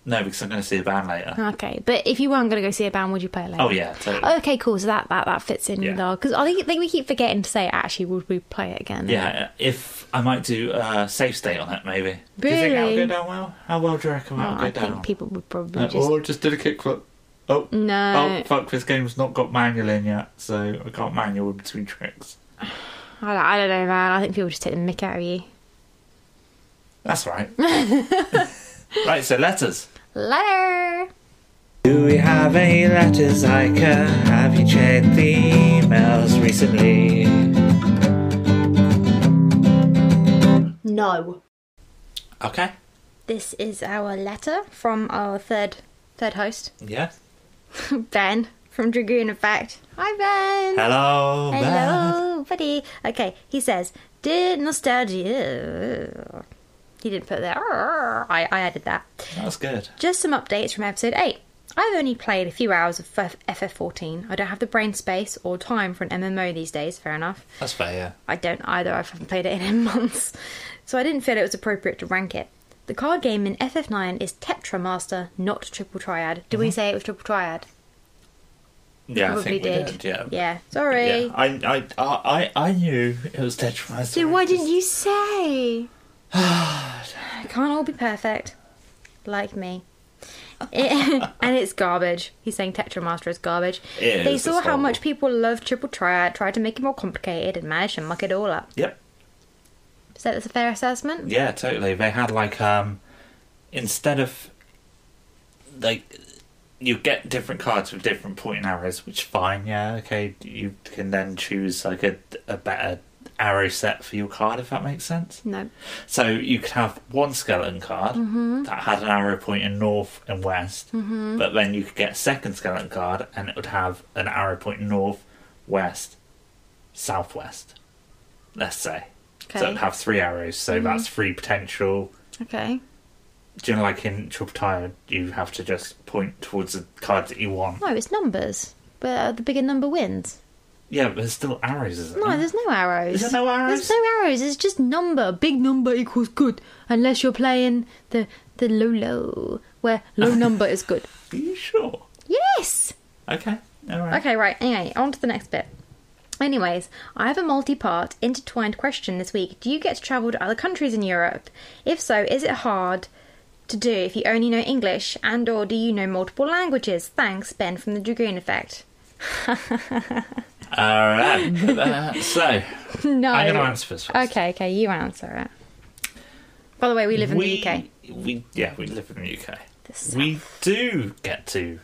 Speaker 2: No, because I'm going to see a band later.
Speaker 1: Okay, but if you weren't going to go see a band, would you play it later?
Speaker 2: Oh yeah, totally.
Speaker 1: Okay, cool. So that that, that fits in
Speaker 2: Yeah.
Speaker 1: with our because I think, think we keep forgetting to say actually would we play it again?
Speaker 2: Yeah, if I might do a safe state on it, maybe. Do you think that'll
Speaker 1: Really?
Speaker 2: go down well? How well do you reckon
Speaker 1: Oh,
Speaker 2: that'll go
Speaker 1: I
Speaker 2: down?
Speaker 1: think people would probably
Speaker 2: Uh,
Speaker 1: just
Speaker 2: Or just did a kickflip. Oh
Speaker 1: No.
Speaker 2: Oh fuck! This game's not got manual in yet, so I can't manual between tricks.
Speaker 1: I, don't, I don't know, man. I think people just take the mick out of you.
Speaker 2: That's
Speaker 1: (laughs)
Speaker 2: right. right, so letters.
Speaker 1: Letter.
Speaker 2: Do we have any letters, Ica? Have you checked the emails recently?
Speaker 1: No.
Speaker 2: Okay.
Speaker 1: This is our letter from our third third host,
Speaker 2: Yeah.
Speaker 1: Ben from Dragoon Effect. Hi, Ben.
Speaker 2: Hello. Beth.
Speaker 1: Hello, buddy. Okay, he says, "Dear nostalgia." He didn't put that. I, I added that.
Speaker 2: That's good.
Speaker 1: Just some updates from episode 8. I've only played a few hours of FF- FF14. I don't have the brain space or time for an MMO these days, fair enough.
Speaker 2: That's fair.
Speaker 1: I don't either, I haven't played it in (laughs) months. So I didn't feel it was appropriate to rank it. The card game in FF9 is Tetramaster, not Triple Triad. Did we say it was Triple Triad?
Speaker 2: Yeah, Mm-hmm. I
Speaker 1: Probably
Speaker 2: think we
Speaker 1: did.
Speaker 2: did. Yeah.
Speaker 1: Yeah, sorry.
Speaker 2: Yeah. I, I, I, I knew it was Tetris.
Speaker 1: So why didn't you (sighs) say? Can't all be perfect, like
Speaker 2: (laughs)
Speaker 1: me. It- and it's garbage. He's saying Tetramaster is garbage.
Speaker 2: It
Speaker 1: they
Speaker 2: is,
Speaker 1: saw
Speaker 2: it's
Speaker 1: how much
Speaker 2: horrible.
Speaker 1: people love Triple Triad, tried to make it more complicated, and managed to muck it all up.
Speaker 2: Yep.
Speaker 1: Is that that's a fair assessment?
Speaker 2: Yeah, totally. They had like um instead of like you get different cards with different pointing arrows, which fine, yeah, okay. You can then choose like a a better arrow set for your card if that makes sense.
Speaker 1: No.
Speaker 2: So you could have one skeleton card
Speaker 1: Mm-hmm.
Speaker 2: that had an arrow pointing north and west, but then you could get a second skeleton card and it would have an arrow pointing north, west, southwest. Let's say. So
Speaker 1: Okay. Mm-hmm.
Speaker 2: it'd have three arrows, so that's three potential.
Speaker 1: Okay.
Speaker 2: Do you know, like in Triple Tire, you have to just point towards the card that you want?
Speaker 1: No, it's numbers. But uh, the bigger number wins.
Speaker 2: Yeah, but there's still arrows, isn't
Speaker 1: No,
Speaker 2: there?
Speaker 1: there's no arrows.
Speaker 2: Is there no arrows?
Speaker 1: There's no arrows. It's just number. Big number equals good, unless you're playing the the low low, where
Speaker 2: (laughs)
Speaker 1: low number is good.
Speaker 2: Are you sure?
Speaker 1: Yes.
Speaker 2: Okay, all right.
Speaker 1: Okay, right. Anyway, on to the next bit. Anyways, I have a multi part, intertwined question this week. Do you get to travel to other countries in Europe? If so, is it hard to do if you only know English and or do you know multiple languages? Thanks, Ben from the Dragoon Effect.
Speaker 2: All
Speaker 1: (laughs)
Speaker 2: right. Uh, so
Speaker 1: no.
Speaker 2: I'm going to answer this first.
Speaker 1: Okay, okay, you answer it. By the way, we live in
Speaker 2: we,
Speaker 1: the UK.
Speaker 2: We yeah, we live in the UK.
Speaker 1: The
Speaker 2: we do get to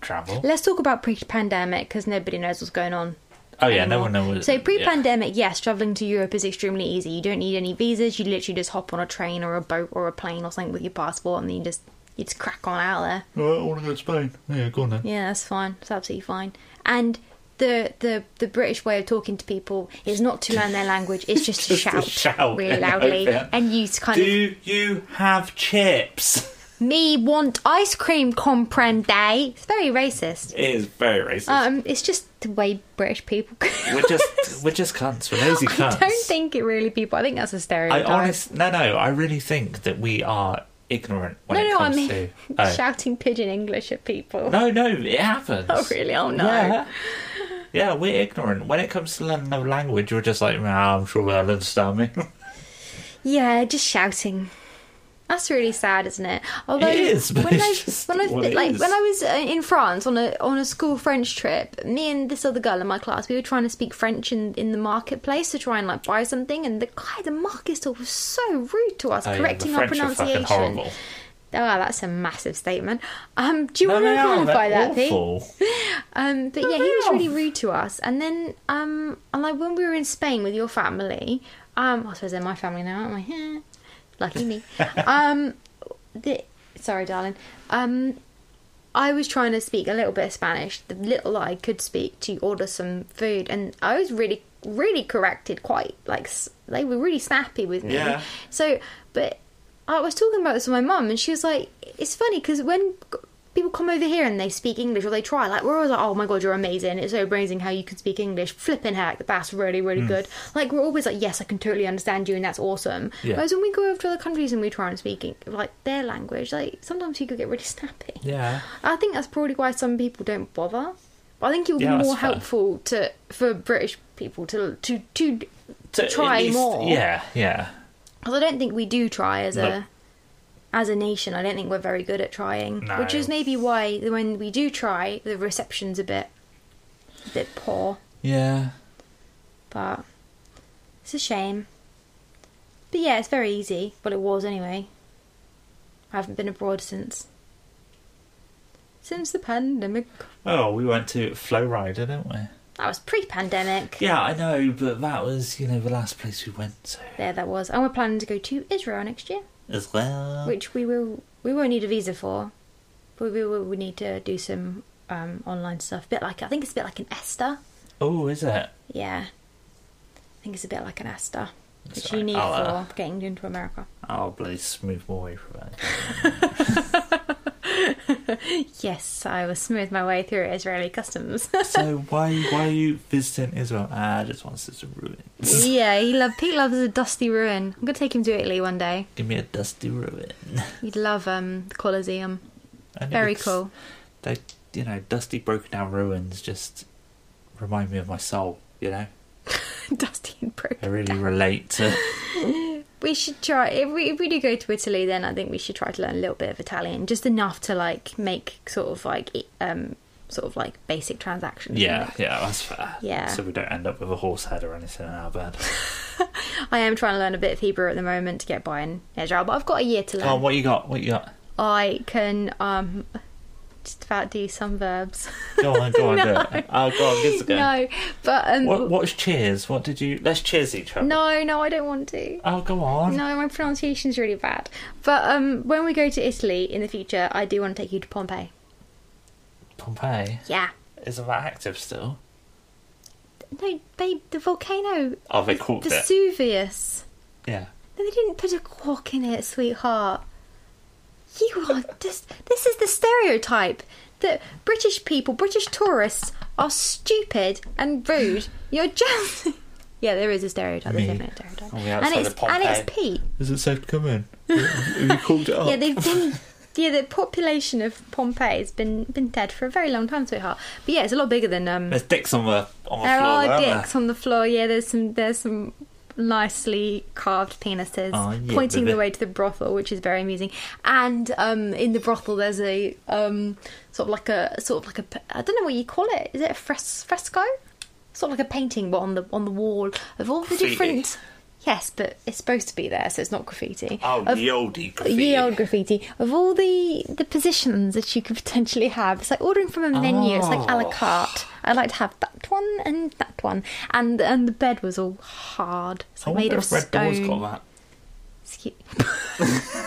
Speaker 2: travel.
Speaker 1: Let's talk about pre-pandemic because nobody knows what's going on.
Speaker 2: oh yeah, no
Speaker 1: anymore.
Speaker 2: one knows.
Speaker 1: So pre-pandemic, yes, traveling to Europe is extremely easy. You don't need any visas. You literally just hop on a train or a boat or a plane or something with your passport, and then you just you just crack on out there.
Speaker 2: Yeah. Uh, I want to go to Spain. Yeah, go on then.
Speaker 1: Yeah, that's fine. It's absolutely fine. And the the the British way of talking to people is not to learn their language. It's just, to
Speaker 2: (laughs) Just to
Speaker 1: shout,
Speaker 2: shout
Speaker 1: really
Speaker 2: (laughs) and
Speaker 1: loudly
Speaker 2: hope it-
Speaker 1: and use kind of
Speaker 2: Do you have chips? (laughs)
Speaker 1: me want ice cream comprende. It's very racist.
Speaker 2: It is very racist.
Speaker 1: Um, it's just the way British people. (laughs)
Speaker 2: we're just we're just cunts. We're lazy cunts.
Speaker 1: I don't think it really people. I think that's a
Speaker 2: I
Speaker 1: stereotype.
Speaker 2: honest no no. I really think that we are ignorant when
Speaker 1: no,
Speaker 2: it
Speaker 1: no, I
Speaker 2: comes
Speaker 1: mean (laughs)
Speaker 2: to. Oh.
Speaker 1: shouting pigeon English at people. (laughs)
Speaker 2: no, no, it happens.
Speaker 1: Oh, really? Oh, no.
Speaker 2: Yeah. Yeah, we're ignorant. When it comes to learning another language, we're just like, nah, I'm sure they'll understand me. (laughs)
Speaker 1: Yeah, just shouting. That's really sad, isn't it? Although
Speaker 2: is, but
Speaker 1: when
Speaker 2: it's
Speaker 1: I
Speaker 2: just
Speaker 1: when I
Speaker 2: what it
Speaker 1: like
Speaker 2: is.
Speaker 1: when I was uh, in France on a on a school French trip, me and this other girl in my class, we were trying to speak French in, in the marketplace to try and like buy something, and the guy, the market stall, was so rude to us,
Speaker 2: Oh, yeah, the
Speaker 1: correcting our
Speaker 2: French are fucking
Speaker 1: pronunciation.
Speaker 2: horrible.
Speaker 1: Oh, wow, that's a massive statement. Um, do you
Speaker 2: No,
Speaker 1: want
Speaker 2: they
Speaker 1: to
Speaker 2: are.
Speaker 1: qualify
Speaker 2: They're
Speaker 1: that, Pete?
Speaker 2: awful.
Speaker 1: Um, but yeah, he was really rude to us. And then, um, and like when we were in Spain with your family, um, I suppose they're my family now, aren't I? Yeah. (laughs) Lucky me. um, the, sorry, darling. Um, I was trying to speak a little bit of Spanish, the little I could speak, to order some food, and I was really, really corrected. Quite like s- they were really snappy with me.
Speaker 2: Yeah.
Speaker 1: So, but I was talking about this with my mum, and she was like, "It's funny because when g- people come over here and they speak English or they try, like we're always like, oh my god, you're amazing! It's so amazing how you can speak English. Flipping heck, that's really, really
Speaker 2: Mm.
Speaker 1: good. Like we're always like, yes, I can totally understand you, and that's awesome.
Speaker 2: Yeah.
Speaker 1: Whereas when we go over to other countries and we try and speak en- like their language, like sometimes people get really snappy.
Speaker 2: Yeah.
Speaker 1: I think that's probably why some people don't bother. But I think it would
Speaker 2: Yeah,
Speaker 1: be
Speaker 2: that's
Speaker 1: more
Speaker 2: fair.
Speaker 1: helpful to for British people to to to
Speaker 2: To
Speaker 1: Try more.
Speaker 2: Yeah, yeah.
Speaker 1: because I don't think we do try as
Speaker 2: No.
Speaker 1: a as a nation. I don't think we're very good at trying,
Speaker 2: No.
Speaker 1: which is maybe why when we do try, the reception's a bit a bit poor.
Speaker 2: Yeah.
Speaker 1: But it's a shame. But yeah, it's very easy. Well, it was anyway. I haven't been abroad since since the pandemic.
Speaker 2: Oh, we went to Flowrider, didn't we?
Speaker 1: That was pre-pandemic.
Speaker 2: Yeah, I know, but that was, you know, the last place we went to
Speaker 1: There, that was. And we're planning to go to Israel next year,
Speaker 2: as well.
Speaker 1: which we will. We won't need a visa for, but we will. We need to do some um, online stuff. bit like I think it's a bit like an ESTA.
Speaker 2: Oh, is it?
Speaker 1: Yeah, I think it's a bit like an ESTA, which
Speaker 2: Sorry,
Speaker 1: you need
Speaker 2: I'll, uh,
Speaker 1: for getting into America.
Speaker 2: I'll please move (laughs) away from it.
Speaker 1: Yes, I will smooth my way through Israeli customs. (laughs)
Speaker 2: so why why are you visiting Israel? Ah, I just want to see some ruins.
Speaker 1: yeah, he love Pete loves a dusty ruin. I'm gonna take him to Italy one day.
Speaker 2: Give me a dusty ruin.
Speaker 1: You'd love um the Colosseum.
Speaker 2: And
Speaker 1: Very
Speaker 2: it's-
Speaker 1: cool.
Speaker 2: They, you know, dusty broken down ruins just remind me of my soul. You know,
Speaker 1: (laughs) dusty and broken.
Speaker 2: I really relate to.
Speaker 1: We should try if we if we do go to Italy, then I think we should try to learn a little bit of Italian, just enough to like make sort of like e- um sort of like basic transactions.
Speaker 2: Yeah, yeah, that's fair.
Speaker 1: Yeah.
Speaker 2: So we don't end up with a horse head or anything in
Speaker 1: (laughs)
Speaker 2: our bed.
Speaker 1: I am trying to learn a bit of Hebrew at the moment to get by in Israel, but I've got a year to learn.
Speaker 2: Come on, what you got? What you got?
Speaker 1: I can um just about do some verbs.
Speaker 2: Go on, go
Speaker 1: (laughs)
Speaker 2: on,
Speaker 1: No.
Speaker 2: do it. Oh, go on, give us a
Speaker 1: (laughs)
Speaker 2: go.
Speaker 1: no, but um
Speaker 2: What, what's cheers? What did you? Let's cheers each other.
Speaker 1: no, no, I don't want to.
Speaker 2: Oh, go on.
Speaker 1: No, my pronunciation's really bad. But um when we go to Italy in the future, I do want to take you to Pompeii.
Speaker 2: Pompeii
Speaker 1: Yeah.
Speaker 2: is that active still?
Speaker 1: No, babe, the volcano
Speaker 2: Oh, they called it.
Speaker 1: Vesuvius.
Speaker 2: Yeah.
Speaker 1: No, they didn't put a quark in it, sweetheart. You are (laughs) just. This is the stereotype that British people, British tourists, are stupid and rude. You're just. (laughs) yeah, there is a stereotype. There's
Speaker 2: Me.
Speaker 1: definitely a stereotype.
Speaker 2: On the
Speaker 1: and
Speaker 2: outside
Speaker 1: it's
Speaker 2: of
Speaker 1: and
Speaker 2: Pompeii.
Speaker 1: it's Pete.
Speaker 2: Is it safe to come in? Have you called it up?
Speaker 1: Yeah,
Speaker 2: (laughs)
Speaker 1: they've been. Yeah, the population of Pompeii has been been dead for a very long time, sweetheart. But yeah, it's a lot bigger than um.
Speaker 2: There's dicks on the on the
Speaker 1: There
Speaker 2: floor,
Speaker 1: are
Speaker 2: aren't
Speaker 1: dicks on the floor. Yeah, there's some there's some nicely carved penises
Speaker 2: Oh, yeah,
Speaker 1: pointing the
Speaker 2: baby.
Speaker 1: way to the brothel, which is very amusing. And um, in the brothel, there's a um, sort of like a sort of like a p- I don't know what you call it. Is it a fres- fresco? Sort of like a painting, but on the on the wall of all the
Speaker 2: Graffiti.
Speaker 1: different. Yes, but it's supposed to be there, so it's not graffiti.
Speaker 2: Oh,
Speaker 1: Of-
Speaker 2: ye olde graffiti.
Speaker 1: Ye old graffiti of all the the positions that you could potentially have. It's like ordering from a menu. It's like a la
Speaker 2: Oh.
Speaker 1: carte. I'd like to have that one and that one, and and the bed was all hard. It's
Speaker 2: I
Speaker 1: like
Speaker 2: wonder
Speaker 1: made of
Speaker 2: if Red Bull's
Speaker 1: stone.
Speaker 2: got that.
Speaker 1: It's cute. (laughs)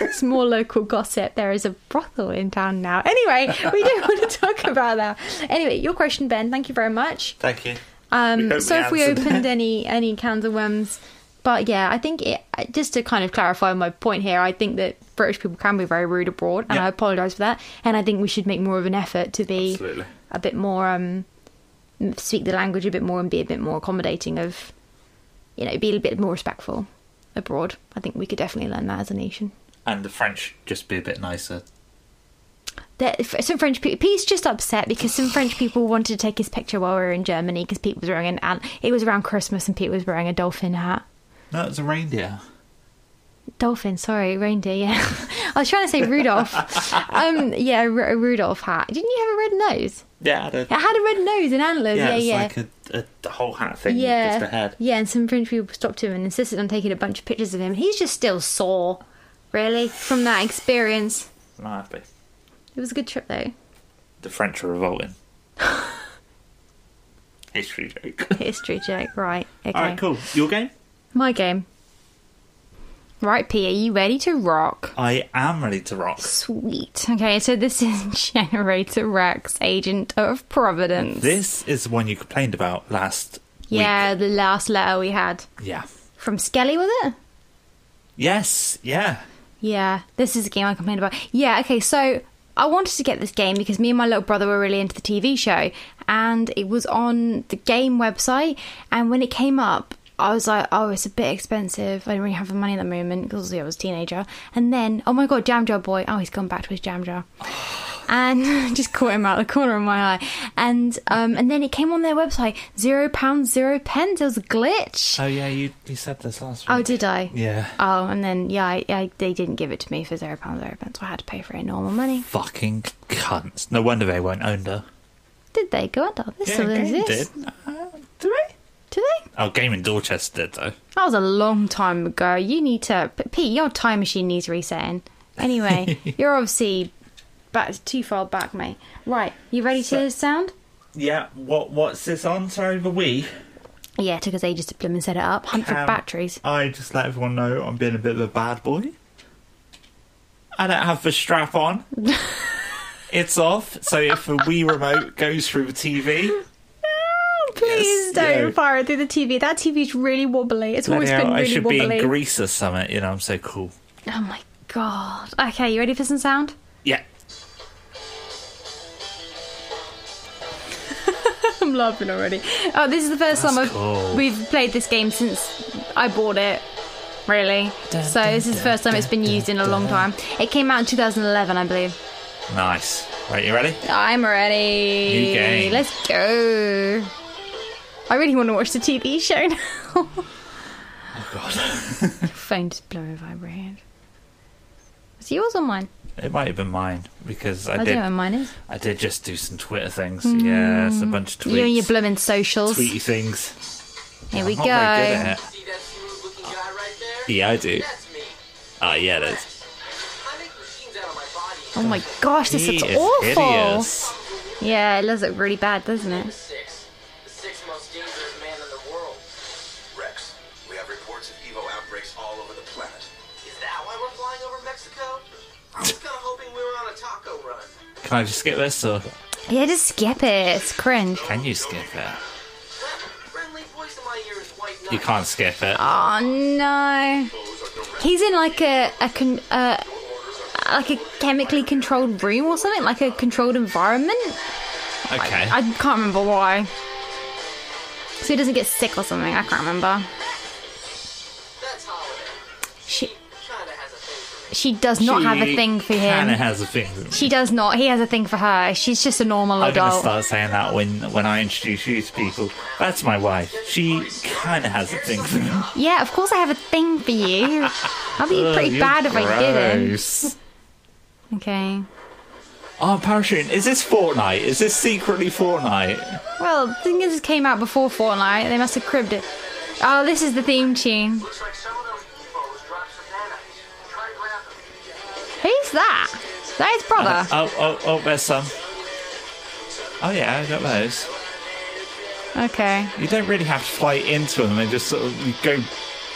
Speaker 1: It's more local gossip. There is a brothel in town now. Anyway, we don't (laughs) want to talk about that. Anyway, your question, Ben. Thank you very much.
Speaker 2: Thank you. We
Speaker 1: Um,
Speaker 2: hope
Speaker 1: so
Speaker 2: we
Speaker 1: if we
Speaker 2: answered
Speaker 1: opened any any cans of worms, but yeah, I think it, just to kind of clarify my point here, I think that British people can be very rude abroad, and
Speaker 2: Yeah.
Speaker 1: I apologise for that. And I think we should make more of an effort to be
Speaker 2: Absolutely.
Speaker 1: a bit more um, speak the language a bit more and be a bit more accommodating of, you know, be a bit more respectful abroad. I think we could definitely learn that as a nation.
Speaker 2: And the French just be a bit nicer.
Speaker 1: That, f- some French people. Pete's just upset because some French people wanted to take his picture while we were in Germany because Pete was wearing an ant. It was around Christmas and Pete was wearing a dolphin hat.
Speaker 2: No, it's a reindeer.
Speaker 1: Dolphin, sorry, reindeer. Yeah, (laughs) I was trying to say
Speaker 2: (laughs)
Speaker 1: Rudolph. um, yeah, a Ru- a Rudolph hat. Didn't you have a red nose?
Speaker 2: Yeah, I
Speaker 1: It
Speaker 2: don't.
Speaker 1: had a red nose and antlers.
Speaker 2: Yeah,
Speaker 1: Yeah,
Speaker 2: it's
Speaker 1: yeah,
Speaker 2: like a, a the whole hat thing,
Speaker 1: yeah,
Speaker 2: just a head.
Speaker 1: yeah. And some French people stopped him and insisted on taking a bunch of pictures of him. He's just still sore, really, from that experience.
Speaker 2: Might be.
Speaker 1: It was a good trip though.
Speaker 2: The French
Speaker 1: (laughs)
Speaker 2: are revolting. History
Speaker 1: (laughs)
Speaker 2: joke.
Speaker 1: History joke, right? Okay.
Speaker 2: All right, cool. Your game?
Speaker 1: My game. Right, P, are you ready to rock?
Speaker 2: I am ready to rock.
Speaker 1: Sweet. Okay, so this is (laughs) Generator Rex, Agent of Providence.
Speaker 2: This is the one you complained about last
Speaker 1: Yeah, the last letter we had
Speaker 2: week. Yeah.
Speaker 1: from Skelly, was it?
Speaker 2: Yes. Yeah.
Speaker 1: Yeah, this is a game I complained about. Yeah, okay, so I wanted to get this game because me and my little brother were really into the TV show, and it was on the game website. And when it came up, I was like, oh, it's a bit expensive. I didn't really have the money at the moment because I was a teenager. And then, oh my god, Jam Jar Boy. Oh, he's gone back to his Jam (sighs) Jar. And (laughs) just caught him out of the corner of my eye, and um, and then it came on their website zero pounds zero pence. It was a glitch.
Speaker 2: Oh yeah. You you said this last week.
Speaker 1: Oh, did I?
Speaker 2: Yeah.
Speaker 1: Oh, and then yeah, I, I, they didn't give it to me for zero pounds zero pence. So I had to pay for it in normal money.
Speaker 2: Fucking cunts. No wonder they won't own her.
Speaker 1: Did they go under? This still
Speaker 2: Game
Speaker 1: exists.
Speaker 2: did. Uh, do they?
Speaker 1: Do they?
Speaker 2: Oh, Game in Dorchester did though.
Speaker 1: That was a long time ago. You need to, P- Pete. Your time machine needs resetting. (laughs) Anyway, you're obviously back too far back, mate. Right, you ready to hear this sound?
Speaker 2: Yeah. What What's this on? Sorry, the Wii.
Speaker 1: Yeah, it took us ages to bloom and set it up. Hunt for
Speaker 2: Um,
Speaker 1: batteries.
Speaker 2: I just let everyone know I'm being a bit of a bad boy. I don't have the
Speaker 1: (laughs)
Speaker 2: strap on. it's off. So if the Wii remote goes through the TV,
Speaker 1: Oh, Please
Speaker 2: yes,
Speaker 1: don't
Speaker 2: yeah.
Speaker 1: fire it through the TV. That TV's really wobbly. It's
Speaker 2: bloody
Speaker 1: always been
Speaker 2: hell,
Speaker 1: really
Speaker 2: I should
Speaker 1: wobbly.
Speaker 2: be in Greece or something. You know, I'm so cool.
Speaker 1: oh my god. Okay, you ready for some sound?
Speaker 2: Yeah.
Speaker 1: I'm laughing already. Oh, this is the first
Speaker 2: That's
Speaker 1: time I've,
Speaker 2: cool.
Speaker 1: we've played this game since I bought it. Really. so this is the first time it's been used in a long time. It came out in 2011, I believe.
Speaker 2: Nice. Right, you ready?
Speaker 1: I'm ready.
Speaker 2: New game.
Speaker 1: Let's go. I really want to watch the TV show now.
Speaker 2: Oh god.
Speaker 1: Phone just blew over my head. Was it yours or mine?
Speaker 2: It might have been mine because I,
Speaker 1: I,
Speaker 2: did.
Speaker 1: don't know what mine is.
Speaker 2: I did just do some Twitter things. Yeah, it's a bunch of tweets.
Speaker 1: Mm, You and your blooming socials.
Speaker 2: tweety things.
Speaker 1: Here we
Speaker 2: I'm
Speaker 1: go.
Speaker 2: not very good at it.
Speaker 3: See that smooth looking guy right there?
Speaker 2: Yeah, I do.
Speaker 3: That's me.
Speaker 2: Oh yeah, it is.
Speaker 3: I make machines out of my
Speaker 1: Oh
Speaker 3: body.
Speaker 1: my gosh, this
Speaker 2: He
Speaker 1: looks
Speaker 2: is
Speaker 1: awful.
Speaker 2: hideous.
Speaker 1: Yeah, it does look really bad, doesn't it?
Speaker 3: Six. The sixth most dangerous man in the world.
Speaker 4: Rex, we have reports of Evo outbreaks all over the planet.
Speaker 3: Is that why we're flying over Mexico? I was kind of hoping we were on a taco run.
Speaker 2: Can I just skip this or
Speaker 1: Yeah, just skip it. It's cringe.
Speaker 2: can you skip it?
Speaker 3: That friendly voice in my ear is white knight.
Speaker 2: You
Speaker 1: Ah,
Speaker 2: can't skip it.
Speaker 1: Oh no. He's in like a a, con- uh, like a chemically controlled room or something, like a controlled environment.
Speaker 2: Okay.
Speaker 1: I can't remember why. So he doesn't get sick or something. I can't remember.
Speaker 3: That's Holiday.
Speaker 1: She
Speaker 3: Kinda has a thing for me.
Speaker 1: she does not have a thing for
Speaker 2: Hannah
Speaker 1: him.
Speaker 2: has a thing. For me.
Speaker 1: She does not. He has a thing for her. She's just a normal
Speaker 2: I'm gonna
Speaker 1: adult.
Speaker 2: start saying that when when I introduce you to people. That's my wife. She kind of has a thing for me.
Speaker 1: Yeah, of course I have a thing for you. I'd (laughs) be pretty bad if I didn't.
Speaker 2: Gross.
Speaker 1: Okay.
Speaker 2: Oh, parachuting. Is this Fortnite? Is this secretly Fortnite?
Speaker 1: Well, the thing is, this came out before Fortnite. They must have cribbed it. Oh, this is the theme tune.
Speaker 3: Looks like some of those Evos dropped some nanites. Try to grab them.
Speaker 1: Who's that? Is that his brother?
Speaker 2: (laughs) Oh, oh, oh, there's some. Oh, yeah, I got those.
Speaker 1: Okay.
Speaker 2: You don't really have to fly into them, they just sort of you go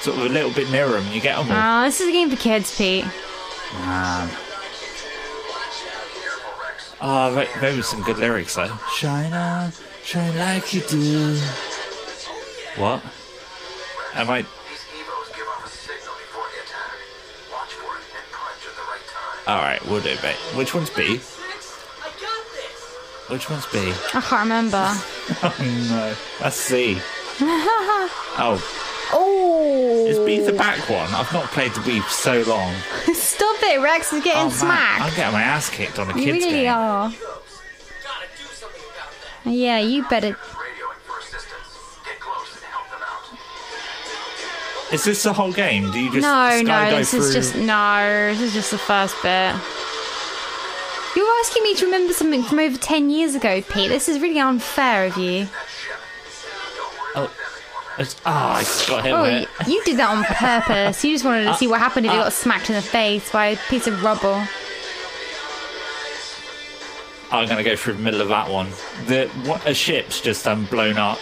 Speaker 2: sort of a little bit nearer them, you get on with them.
Speaker 1: Oh, this is a game for kids, Pete.
Speaker 2: Oh, tho- those were some good lyrics, though. Shine on, shine like you do. What? Am I.
Speaker 4: These Evos give off a signal before the attack. Watch for it and punch at the right time.
Speaker 2: Alright, we'll do it, mate. Which one's B?
Speaker 3: Six, I got this.
Speaker 2: Which one's (laughs) B?
Speaker 1: I can't remember. (laughs)
Speaker 2: Oh, No. That's C. oh,
Speaker 1: Oh.
Speaker 2: is B the back one? I've not played the B for so long.
Speaker 1: Stop it, Rex is
Speaker 2: Oh,
Speaker 1: getting
Speaker 2: man, I'm
Speaker 1: smacked.
Speaker 2: getting my ass kicked on a
Speaker 1: You
Speaker 2: kid's
Speaker 1: really
Speaker 2: game.
Speaker 1: are.
Speaker 3: Gotta do something about that.
Speaker 1: Yeah, you better.
Speaker 4: Radioing for assistance. Get close and help them out.
Speaker 2: Is this the whole game? Do you just
Speaker 1: No, no,
Speaker 2: skydive
Speaker 1: this is
Speaker 2: through-
Speaker 1: just. No, this is just the first bit. You're asking me to remember something from over 10 years ago, Pete. This is really unfair of you.
Speaker 2: It's- Ah, I got hit
Speaker 1: Oh,
Speaker 2: with
Speaker 1: y-
Speaker 2: it.
Speaker 1: you did that on purpose. You just wanted
Speaker 2: (laughs) Uh,
Speaker 1: to see what happened if you got smacked in the face by a piece of rubble.
Speaker 2: I'm gonna go through the middle of that one. The what, a ship's just um blown up.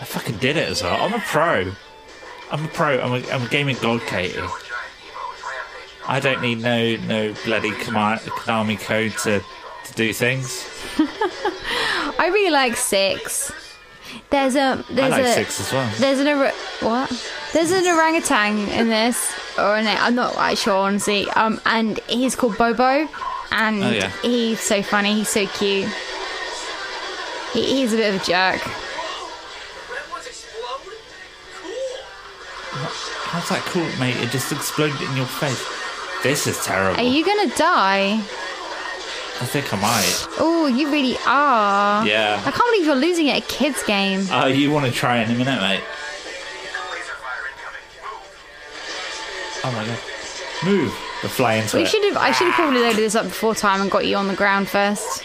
Speaker 2: I fucking did it as well. I'm a pro. I'm a pro. I'm a, I'm a gaming god, Katie. I don't need no no bloody Kama- Konami code to to do things.
Speaker 1: I really like six. There's a
Speaker 2: I
Speaker 1: there's
Speaker 2: like
Speaker 1: a
Speaker 2: six as well.
Speaker 1: there's an or- what? There's an orangutan in this, or an I'm not quite sure honestly. Um, and he's called Bobo, and
Speaker 2: Oh, yeah.
Speaker 1: he's so funny. He's so cute. He, he's a bit of a jerk.
Speaker 3: Red ones explode? Cool.
Speaker 2: How's that cool, mate? It just exploded in your face. This is terrible.
Speaker 1: Are you gonna die?
Speaker 2: I think I might.
Speaker 1: Oh, you really are.
Speaker 2: Yeah.
Speaker 1: I can't believe you're losing at a kids game.
Speaker 2: Oh, you want to try in a minute, mate?
Speaker 4: Laser fire incoming. Move.
Speaker 2: Oh my god. Move. The fly into
Speaker 1: We
Speaker 2: it.
Speaker 1: should have. I should have probably loaded this up before time and got you on the ground first.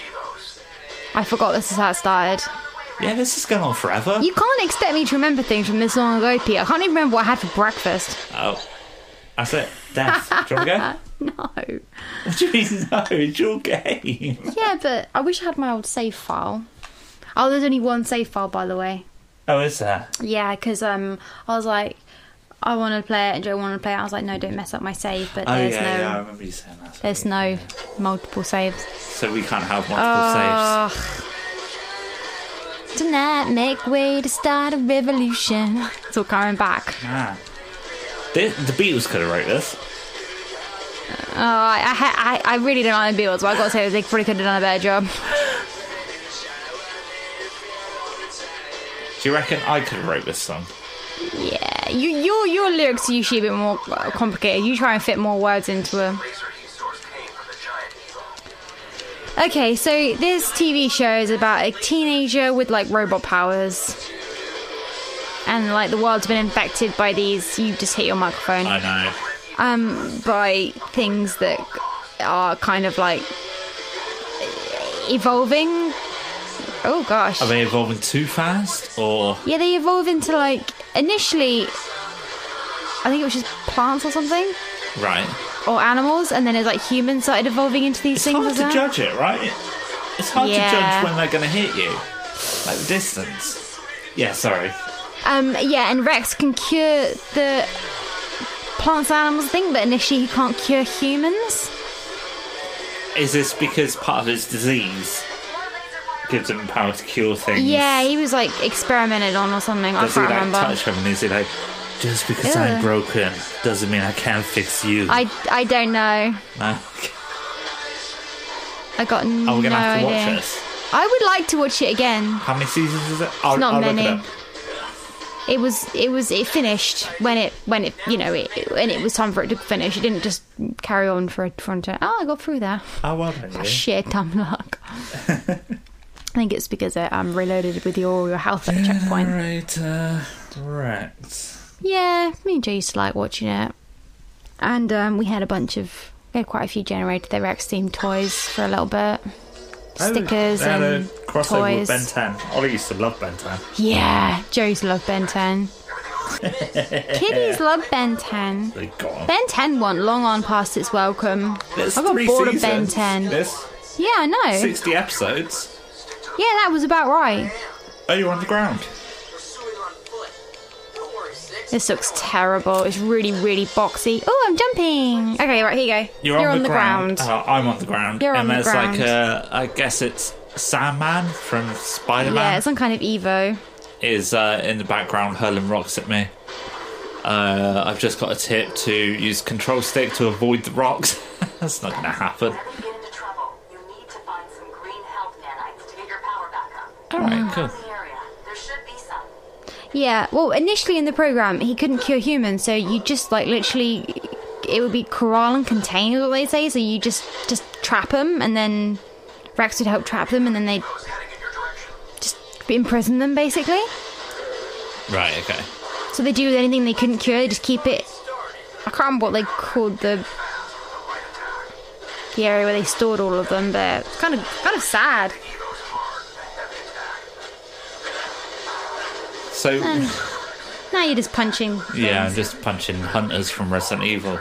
Speaker 1: I forgot this is how it started.
Speaker 2: Yeah, this has gone on forever.
Speaker 1: You can't expect me to remember things from this long ago, Pete. I can't even remember what I had for breakfast.
Speaker 2: Oh. That's it. Death. Do you want to go?
Speaker 1: (laughs) No.
Speaker 2: (laughs) What do you mean, no? It's your game.
Speaker 1: Yeah, but I wish I had my old save file. Oh, there's only one save file, by the way.
Speaker 2: Oh, is that?
Speaker 1: Yeah, because um, I was like, I want to play it, and Joe wanted to play it. I was like, no, don't mess up my save. But
Speaker 2: Oh,
Speaker 1: there's
Speaker 2: yeah,
Speaker 1: no,
Speaker 2: yeah, I remember you saying that.
Speaker 1: there's no multiple saves.
Speaker 2: So we can't have multiple
Speaker 1: Ugh. Tonight, make way to start a revolution. (laughs) It's all coming back.
Speaker 2: saves. Man. Ah. The, the Beatles could have wrote this.
Speaker 1: Oh, I, I, ha- I, I really don't like the Beatles, but I gotta say, they probably could have done a better job.
Speaker 2: Do you reckon I could have wrote this song?
Speaker 1: Yeah, you, your your lyrics are usually a bit more uh, complicated. You try and fit more words into them.
Speaker 4: Laser heat source came from the giant Evo.
Speaker 1: Okay, so this TV show is about a teenager with like robot powers, and like the world's been infected by these. You just hit your microphone.
Speaker 2: I know.
Speaker 1: um, by things that are kind of like evolving. Oh gosh.
Speaker 2: Are they evolving too fast? Or.
Speaker 1: Yeah, they evolve into like initially. I think it was just plants or something,
Speaker 2: Right.
Speaker 1: or animals, and then it's like humans started evolving into these
Speaker 2: It's
Speaker 1: things.
Speaker 2: hard
Speaker 1: as
Speaker 2: to
Speaker 1: well.
Speaker 2: judge it, right? It's hard to
Speaker 1: Yeah.
Speaker 2: judge when they're going to hit you. Like the distance. Yeah, sorry.
Speaker 1: Um, yeah, and Rex can cure the plants, and animals thing, but initially he can't cure humans.
Speaker 2: Is this because part of his disease gives him power to cure things?
Speaker 1: Yeah, he was like experimented on or something.
Speaker 2: Does
Speaker 1: I
Speaker 2: he
Speaker 1: can't
Speaker 2: like
Speaker 1: remember.
Speaker 2: touch him and is he like, just because I'm
Speaker 1: Ew.
Speaker 2: broken doesn't mean I can't fix you?
Speaker 1: I I don't know.
Speaker 2: Okay.
Speaker 1: I got no
Speaker 2: Oh, we're gonna have to watch
Speaker 1: idea.
Speaker 2: this.
Speaker 1: I would like to watch it again.
Speaker 2: How many seasons is it? I'll,
Speaker 1: not
Speaker 2: I'll
Speaker 1: many.
Speaker 2: Look it up.
Speaker 1: It was it was it finished when it when it you know it when it was time for it to finish. It didn't just carry on for for until oh I got through there.
Speaker 2: Oh, well done, you.
Speaker 1: Shit, I'm (laughs) luck. I think it's because I, I'm reloaded with the oral health at checkpoint.
Speaker 2: Generator Rex.
Speaker 1: Yeah, me and Jay used to like watching it, and um, we had a bunch of we had quite a few generator the Rex themed toys for a little bit. Stickers
Speaker 2: Oh, They had a
Speaker 1: and
Speaker 2: crossover
Speaker 1: toys.
Speaker 2: with Ben 10. Ollie used to love Ben 10.
Speaker 1: Yeah, Joe's love Ben (laughs) 10. Kitties love Ben 10.
Speaker 2: They got 'em.
Speaker 1: Ben 10 want long on past its welcome.
Speaker 2: There's
Speaker 1: I got
Speaker 2: three
Speaker 1: bored
Speaker 2: seasons.
Speaker 1: of Ben 10.
Speaker 2: There's
Speaker 1: Yeah, I know.
Speaker 2: 60 episodes.
Speaker 1: Yeah, that was about right.
Speaker 2: Oh, you're on the ground.
Speaker 3: Pursuing on foot. Don't worry, Six.
Speaker 1: This looks terrible. It's really, really boxy. Oh, I'm jumping. Okay, right, here you go.
Speaker 2: You're,
Speaker 1: on, the, ground. Uh-huh.
Speaker 2: Oh, I'm on the ground.
Speaker 1: You're
Speaker 2: and
Speaker 1: on the
Speaker 2: there's like
Speaker 1: ground.
Speaker 2: a, I guess it's Sandman from Spider
Speaker 1: yeah,
Speaker 2: Man
Speaker 1: it's some kind of Evo.
Speaker 2: is uh, in the background hurling rocks at me. Uh, I've just got a tip to use control stick to avoid the rocks. (laughs) That's not gonna happen.
Speaker 5: Never get into trouble. You need to find some green health nanites to get your power back up.
Speaker 2: All right, cool.
Speaker 5: Around the area, there should be some.
Speaker 1: Yeah, well, initially in the program, he couldn't cure humans, so you just, like, literally, it would be corral and contain, is what they say, so you just, just trap them, and then Rex would help trap them, and then they'd
Speaker 4: Who's heading in your direction?
Speaker 1: just imprison them, basically.
Speaker 2: Right, okay.
Speaker 1: So they do with anything they couldn't cure, they just keep it. I can't remember what they called the the area where they stored all of them, but it's kind of kind of sad.
Speaker 2: So
Speaker 1: Now you're just punching.
Speaker 2: yeah, I'm just punching hunters from Resident Evil,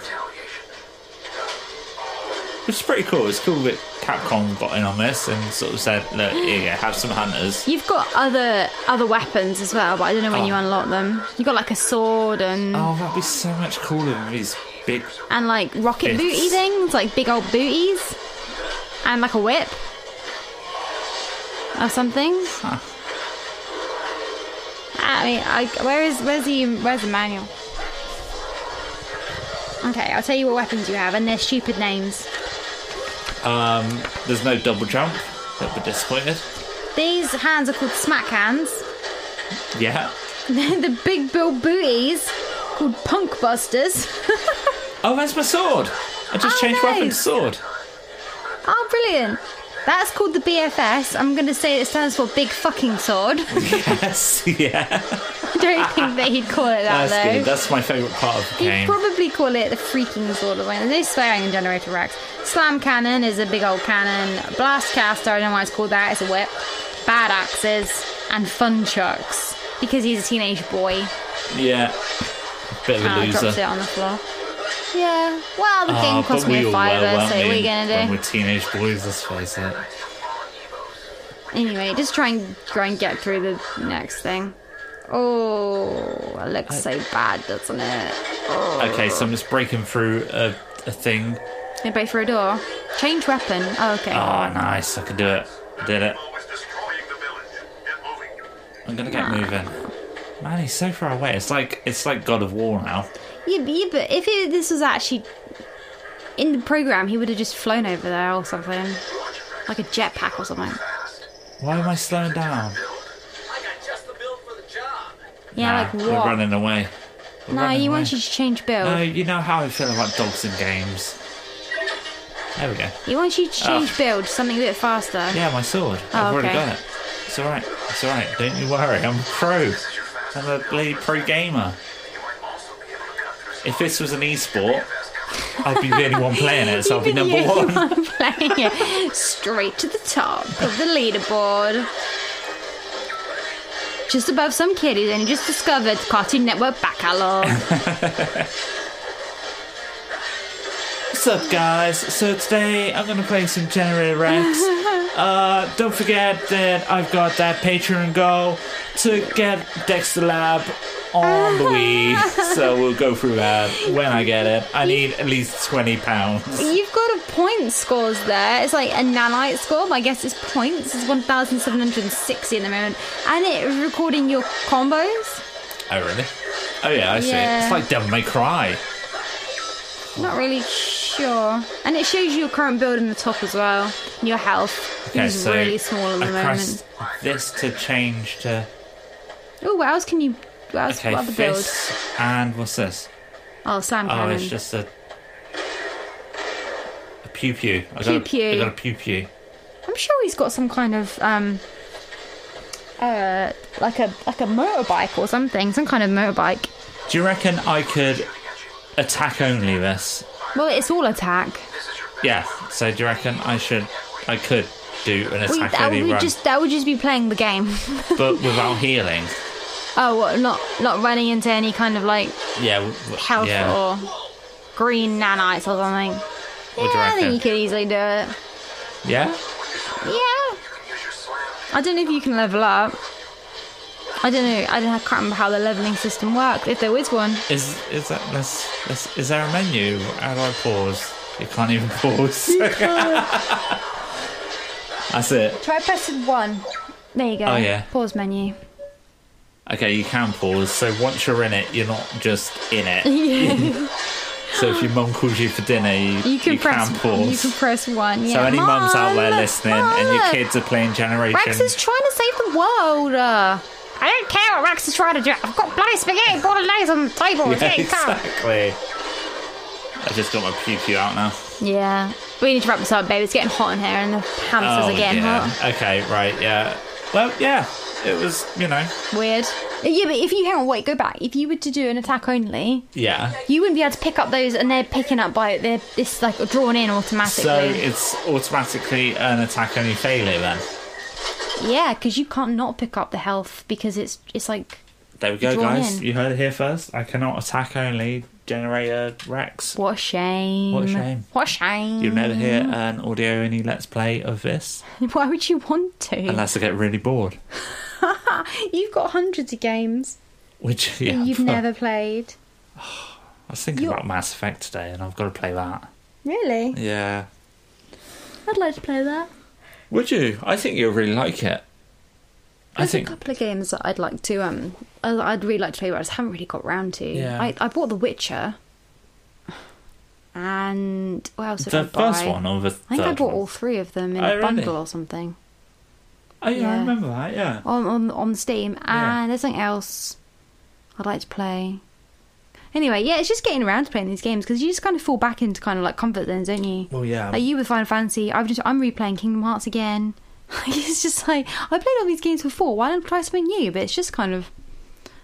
Speaker 2: which is pretty cool. It's cool that Capcom got in on this and sort of said, "Look, here you go, have some hunters."
Speaker 1: You've got other other weapons as well, but I don't know when you
Speaker 2: Oh.
Speaker 1: unlock them. You've got like a sword and
Speaker 2: Oh, that'd be so much cooler with these big.
Speaker 1: and like rocket
Speaker 2: It's-
Speaker 1: booty things, like big old booties, and like a whip or something. I mean, I, where is where's the where's the manual? Okay, I'll tell you what weapons you have, and their stupid names.
Speaker 2: There's no double jump. That would be disappointed.
Speaker 1: These hands are called smack hands. (laughs)
Speaker 2: Yeah.
Speaker 1: the big bill booties called punk busters. (laughs)
Speaker 2: Oh, there's my sword. I just
Speaker 1: Oh,
Speaker 2: changed weapon to
Speaker 1: nice.
Speaker 2: sword.
Speaker 1: (laughs) Oh, brilliant! That's called the BFS. I'm going to say it stands for big fucking sword. (laughs)
Speaker 2: Yes, yeah.
Speaker 1: I don't think that he'd call it that
Speaker 2: That's
Speaker 1: though.
Speaker 2: good. That's my favourite part of the
Speaker 1: You'd
Speaker 2: game.
Speaker 1: probably call it the freaking sword of wayne. There's no swearing in Generator Rex. Slam cannon is a big old cannon. Blast caster, I don't know why it's called that, it's a whip. Bad axes and fun chucks. Because he's a teenage boy.
Speaker 2: yeah. Bit of a
Speaker 1: And I dropped Ah, it
Speaker 2: loser.
Speaker 1: on the floor. Yeah. Well the game
Speaker 2: Ah,
Speaker 1: cost
Speaker 2: but
Speaker 1: me
Speaker 2: we
Speaker 1: a
Speaker 2: all were,
Speaker 1: fiver,
Speaker 2: weren't
Speaker 1: so what are
Speaker 2: we,
Speaker 1: you gonna
Speaker 2: When
Speaker 1: do?
Speaker 2: we're teenage boys, let's face it.
Speaker 1: Anyway, just try and try and get through the next thing. Oh it looks so bad, doesn't it?
Speaker 2: Okay, so I'm just breaking through a, a thing.
Speaker 1: They break through a door. Change weapon. Oh okay.
Speaker 2: Oh, nice. I can do it. Did it.
Speaker 4: Always destroying the village. Get moving.
Speaker 2: I'm gonna
Speaker 1: Ah.
Speaker 2: get moving. Man, he's so far away. It's like it's like God of War now.
Speaker 1: Yeah, but, yeah, but if it, this was actually in the program, he would have just flown over there or something, like a jetpack or something.
Speaker 2: Why am I slowing down?
Speaker 3: I got just the build for the job.
Speaker 2: Nah,
Speaker 1: Yeah,
Speaker 2: We're
Speaker 1: like what?
Speaker 2: running away. We're
Speaker 1: No,
Speaker 2: running
Speaker 1: you
Speaker 2: away.
Speaker 1: want you to change build.
Speaker 2: No, Uh, you know how I feel about dogs in games. There we go.
Speaker 1: He wants you to
Speaker 2: Ah.
Speaker 1: change build to something a bit faster.
Speaker 2: Yeah, my sword. I've already
Speaker 1: okay.
Speaker 2: got it. It's alright. It's alright. Don't you worry. I'm a pro. I'm a bloody pro gamer.
Speaker 4: You might also be able to cut through some
Speaker 2: If this was an e-sport, I'd be the only one playing it, so I'll be number one.
Speaker 1: (laughs) Playing it straight to the top of the leaderboard. Just above some kid who's only just discovered Cartoon Network back catalog.
Speaker 2: What's up, guys? So today I'm gonna play some
Speaker 1: (laughs)
Speaker 2: Generator Rex. uh, don't forget that I've got that Patreon goal to get Dexter Lab
Speaker 1: (laughs)
Speaker 2: on the Wii. so we'll go through that when I get it. I need at least twenty pounds.
Speaker 1: You've got a point scores there. It's like a nanite score, but I guess it's points. It's 1,760 at the moment. And it's recording your combos.
Speaker 2: Oh really? Oh yeah, I see.
Speaker 1: Yeah.
Speaker 2: It's like Devil May Cry.
Speaker 1: Not really sure. And it shows you your current build in the top as well. Your health
Speaker 2: Okay,
Speaker 1: is
Speaker 2: so
Speaker 1: really small at the
Speaker 2: I pressed
Speaker 1: moment.
Speaker 2: this to change to
Speaker 1: Oh, what else can you? What else?
Speaker 2: okay
Speaker 1: what other build?
Speaker 2: fists and what's this?
Speaker 1: Oh, slam
Speaker 2: Oh,
Speaker 1: cannon.
Speaker 2: it's just a a pew pew. I
Speaker 1: Pew
Speaker 2: got A,
Speaker 1: pew.
Speaker 2: I got a pew pew.
Speaker 1: I'm sure he's got some kind of um, uh, like a like a motorbike or something, some kind of motorbike.
Speaker 2: Do you reckon I could attack only this?
Speaker 1: Well, it's all attack.
Speaker 2: Yeah. So do you reckon I should? I could do an
Speaker 1: We,
Speaker 2: attack
Speaker 1: that
Speaker 2: only
Speaker 1: would be
Speaker 2: run,
Speaker 1: just (laughs) that would just be playing the game. (laughs)
Speaker 2: but without healing.
Speaker 1: Oh, what, not not running into any kind of like
Speaker 2: Yeah. w- w-
Speaker 1: health
Speaker 2: yeah.
Speaker 1: or green nanites or something.
Speaker 2: What do you
Speaker 1: Yeah, I think
Speaker 2: reckon?
Speaker 1: you could easily do it.
Speaker 2: Yeah.
Speaker 1: Yeah.
Speaker 4: Use your slam.
Speaker 1: I don't know if you can level up. I don't know. I don't. I can't remember how the leveling system worked. If there is one,
Speaker 2: Is is that that's, that's is there a menu? How do I pause? You can't even (laughs) pause. (laughs) that's it.
Speaker 1: try pressing one. There you go.
Speaker 2: Oh, yeah.
Speaker 1: Pause menu.
Speaker 2: Okay, you can pause. So once you're in it, you're not just in it.
Speaker 1: (laughs) Yeah.
Speaker 2: So if your mum calls you for dinner, you,
Speaker 1: you can press.
Speaker 2: pause.
Speaker 1: You can press one. Yeah.
Speaker 2: so any mums out there
Speaker 1: Mum,
Speaker 2: listening and your
Speaker 1: Mum.
Speaker 2: kids are playing Generation,
Speaker 1: Rex (laughs) is trying to save the world. Uh, I don't care what Rex is trying to do. I've got bloody spaghetti bolognese on the table.
Speaker 2: yeah,
Speaker 1: It's
Speaker 2: (laughs)
Speaker 1: getting cold.
Speaker 2: exactly. I just got my pew pew out now.
Speaker 1: Yeah. We need to wrap this up, babe. It's getting hot in here, and the hamsters are getting
Speaker 2: Oh, yeah.
Speaker 1: hot.
Speaker 2: Okay, right, yeah. Well, yeah, it was, you know,
Speaker 1: Weird. Yeah, but if you hang on, wait, go back. If you were to do an attack only,
Speaker 2: yeah.
Speaker 1: you wouldn't be able to pick up those, and they're picking up by they're it's like drawn in automatically.
Speaker 2: So
Speaker 1: Yeah, 'cause
Speaker 2: it's automatically an attack only failure then.
Speaker 1: yeah, because you can't not pick up the health because it's it's like
Speaker 2: There we go,
Speaker 1: Drawn
Speaker 2: guys.
Speaker 1: in.
Speaker 2: You heard it here first. I cannot attack only generate a Rex.
Speaker 1: what a shame.
Speaker 2: What a shame.
Speaker 1: What a shame.
Speaker 2: You'll never hear
Speaker 1: Mm.
Speaker 2: an audio only let's play of this
Speaker 1: (laughs) Why would you want to?
Speaker 2: unless I get really bored.
Speaker 1: You've got hundreds of games
Speaker 2: Which (laughs) yeah,
Speaker 1: you've never played.
Speaker 2: I was thinking
Speaker 1: you-
Speaker 2: about Mass Effect today, and I've got to play that.
Speaker 1: Really?
Speaker 2: Yeah.
Speaker 1: I'd like to play that.
Speaker 2: Would you? I think you'll really like it. I
Speaker 1: There's
Speaker 2: think.
Speaker 1: a couple of games that I'd like to um I- I'd really like to play, but I just haven't really got round to.
Speaker 2: Yeah.
Speaker 1: I, I bought The Witcher, and what else did I
Speaker 2: The
Speaker 1: buy?
Speaker 2: first one or the
Speaker 1: I think
Speaker 2: third
Speaker 1: I bought
Speaker 2: one?
Speaker 1: all three of them in
Speaker 2: Oh,
Speaker 1: a
Speaker 2: really?
Speaker 1: bundle or something
Speaker 2: Oh yeah, I
Speaker 1: yeah.
Speaker 2: remember that. Yeah.
Speaker 1: on on on Steam. And
Speaker 2: Yeah.
Speaker 1: there's something else I'd like to play. Anyway, yeah, it's just getting around to playing these games because you just kind of fall back into kind of like comfort zones, don't you?
Speaker 2: Well, yeah.
Speaker 1: Like you with Final Fantasy, I've just I'm replaying Kingdom Hearts again. (laughs) Like it's just like I played all these games before. Why not try something new? But it's just kind of,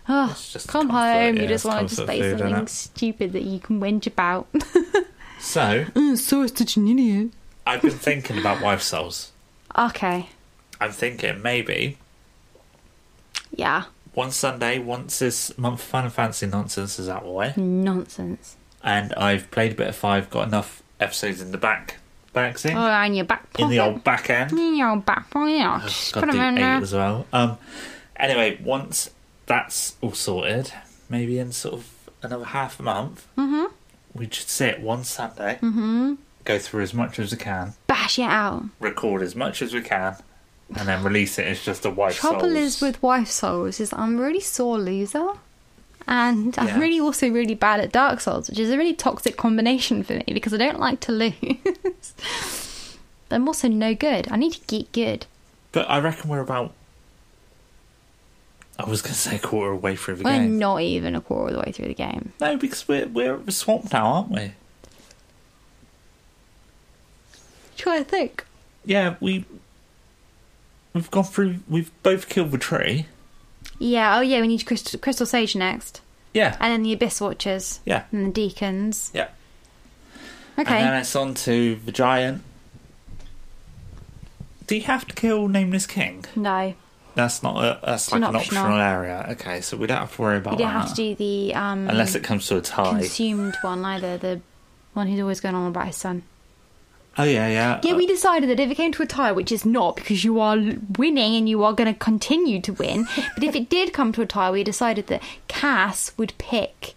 Speaker 1: oh,
Speaker 2: It's just
Speaker 1: come
Speaker 2: comfort,
Speaker 1: home.
Speaker 2: yeah,
Speaker 1: you just
Speaker 2: it's
Speaker 1: want to just
Speaker 2: comfort
Speaker 1: play
Speaker 2: food, innit?
Speaker 1: something stupid that you can whinge about. (laughs)
Speaker 2: So
Speaker 1: so it's such an idiot.
Speaker 2: I've been thinking about Wife Souls.
Speaker 1: Okay,
Speaker 2: I'm thinking maybe
Speaker 1: yeah,
Speaker 2: one Sunday, once this month of Final Fantasy nonsense is out of the
Speaker 1: Mm.
Speaker 2: way,
Speaker 1: nonsense.
Speaker 2: and I've played a bit of five, got enough episodes in the back, back thing,
Speaker 1: Oh, and your back
Speaker 2: in
Speaker 1: pocket.
Speaker 2: the old back end.
Speaker 1: In your back pocket. Just
Speaker 2: Got
Speaker 1: put 'em
Speaker 2: to do
Speaker 1: in
Speaker 2: eight
Speaker 1: there.
Speaker 2: as well. Um, anyway, once that's all sorted, maybe in sort of another half a month,
Speaker 1: Mm-hmm.
Speaker 2: we should sit one Sunday, go through as much as we can,
Speaker 1: Bash it out.
Speaker 2: record as much as we can, and then release it. It's just a wife.
Speaker 1: Trouble
Speaker 2: Souls.
Speaker 1: is with wife souls is I'm a really sore loser, and I'm
Speaker 2: Yeah.
Speaker 1: really also really bad at Dark Souls, which is a really toxic combination for me because I don't like to (laughs) lose. but I'm also no good. I need to get good.
Speaker 2: but I reckon we're about. I was going to say a quarter of the way through the
Speaker 1: We're
Speaker 2: game.
Speaker 1: not even a quarter of the way through the game.
Speaker 2: No, because we're we're swamped now, aren't we?
Speaker 1: Try to think.
Speaker 2: Yeah, we. We've gone through. We've both killed the tree.
Speaker 1: Yeah. Oh yeah. We need Crystal, Crystal Sage next,
Speaker 2: Yeah.
Speaker 1: and then the Abyss Watchers.
Speaker 2: Yeah.
Speaker 1: And the Deacons.
Speaker 2: Yeah.
Speaker 1: Okay.
Speaker 2: And then it's on to the giant. Do you have to kill Nameless King?
Speaker 1: no,
Speaker 2: That's not a, that's like
Speaker 1: an
Speaker 2: an,
Speaker 1: optional.
Speaker 2: optional area. Okay, so we don't have to worry about
Speaker 1: you don't
Speaker 2: that.
Speaker 1: have to do the um,
Speaker 2: Unless it comes to a tie.
Speaker 1: consumed one either. The one who's always going on about his son.
Speaker 2: oh yeah, yeah.
Speaker 1: Yeah, we decided that if it came to a tie, which is not because you are l- winning and you are going to continue to
Speaker 2: (laughs)
Speaker 1: win, but if it did come to a tie, we decided that Cass would pick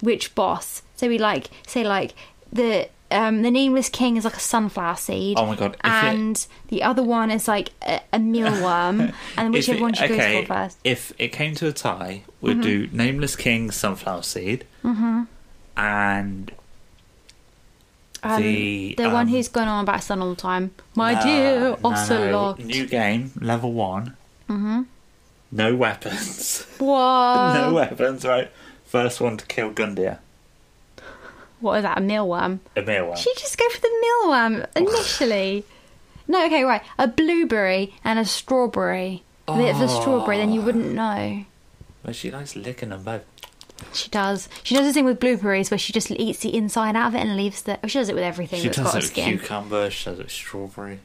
Speaker 1: which boss. So we like say like the um, the nameless king is like a sunflower seed.
Speaker 2: Oh my God, if it-
Speaker 1: And the other one is like a, a
Speaker 2: (laughs)
Speaker 1: mealworm, and
Speaker 2: If
Speaker 1: whichever
Speaker 2: it-
Speaker 1: one she
Speaker 2: okay,
Speaker 1: goes for first.
Speaker 2: If it came to a tie, we'd do
Speaker 1: Mm-hmm.
Speaker 2: Nameless King, Sunflower Seed, mm-hmm. and Um, the
Speaker 1: The one who's going on about Sun all the time. My
Speaker 2: uh,
Speaker 1: dear
Speaker 2: no, no,
Speaker 1: Ocelot.
Speaker 2: new game level one. Mm-hmm. No weapons. (laughs)
Speaker 1: Whoa.
Speaker 2: no weapons. Right. First one to kill Gundia.
Speaker 1: What is that, a mealworm?
Speaker 2: A meal one.
Speaker 1: She just go for the mealworm initially. no, okay, right. A blueberry and a strawberry. If it's
Speaker 2: Oh.
Speaker 1: a strawberry, then you wouldn't know.
Speaker 2: But she likes licking them both.
Speaker 1: She does. She does this thing with blueberries where she just eats the inside out of it and leaves the. oh, She does it with everything
Speaker 2: She
Speaker 1: that's
Speaker 2: does
Speaker 1: got
Speaker 2: it
Speaker 1: a
Speaker 2: with
Speaker 1: skin.
Speaker 2: cucumber. She does it with strawberry.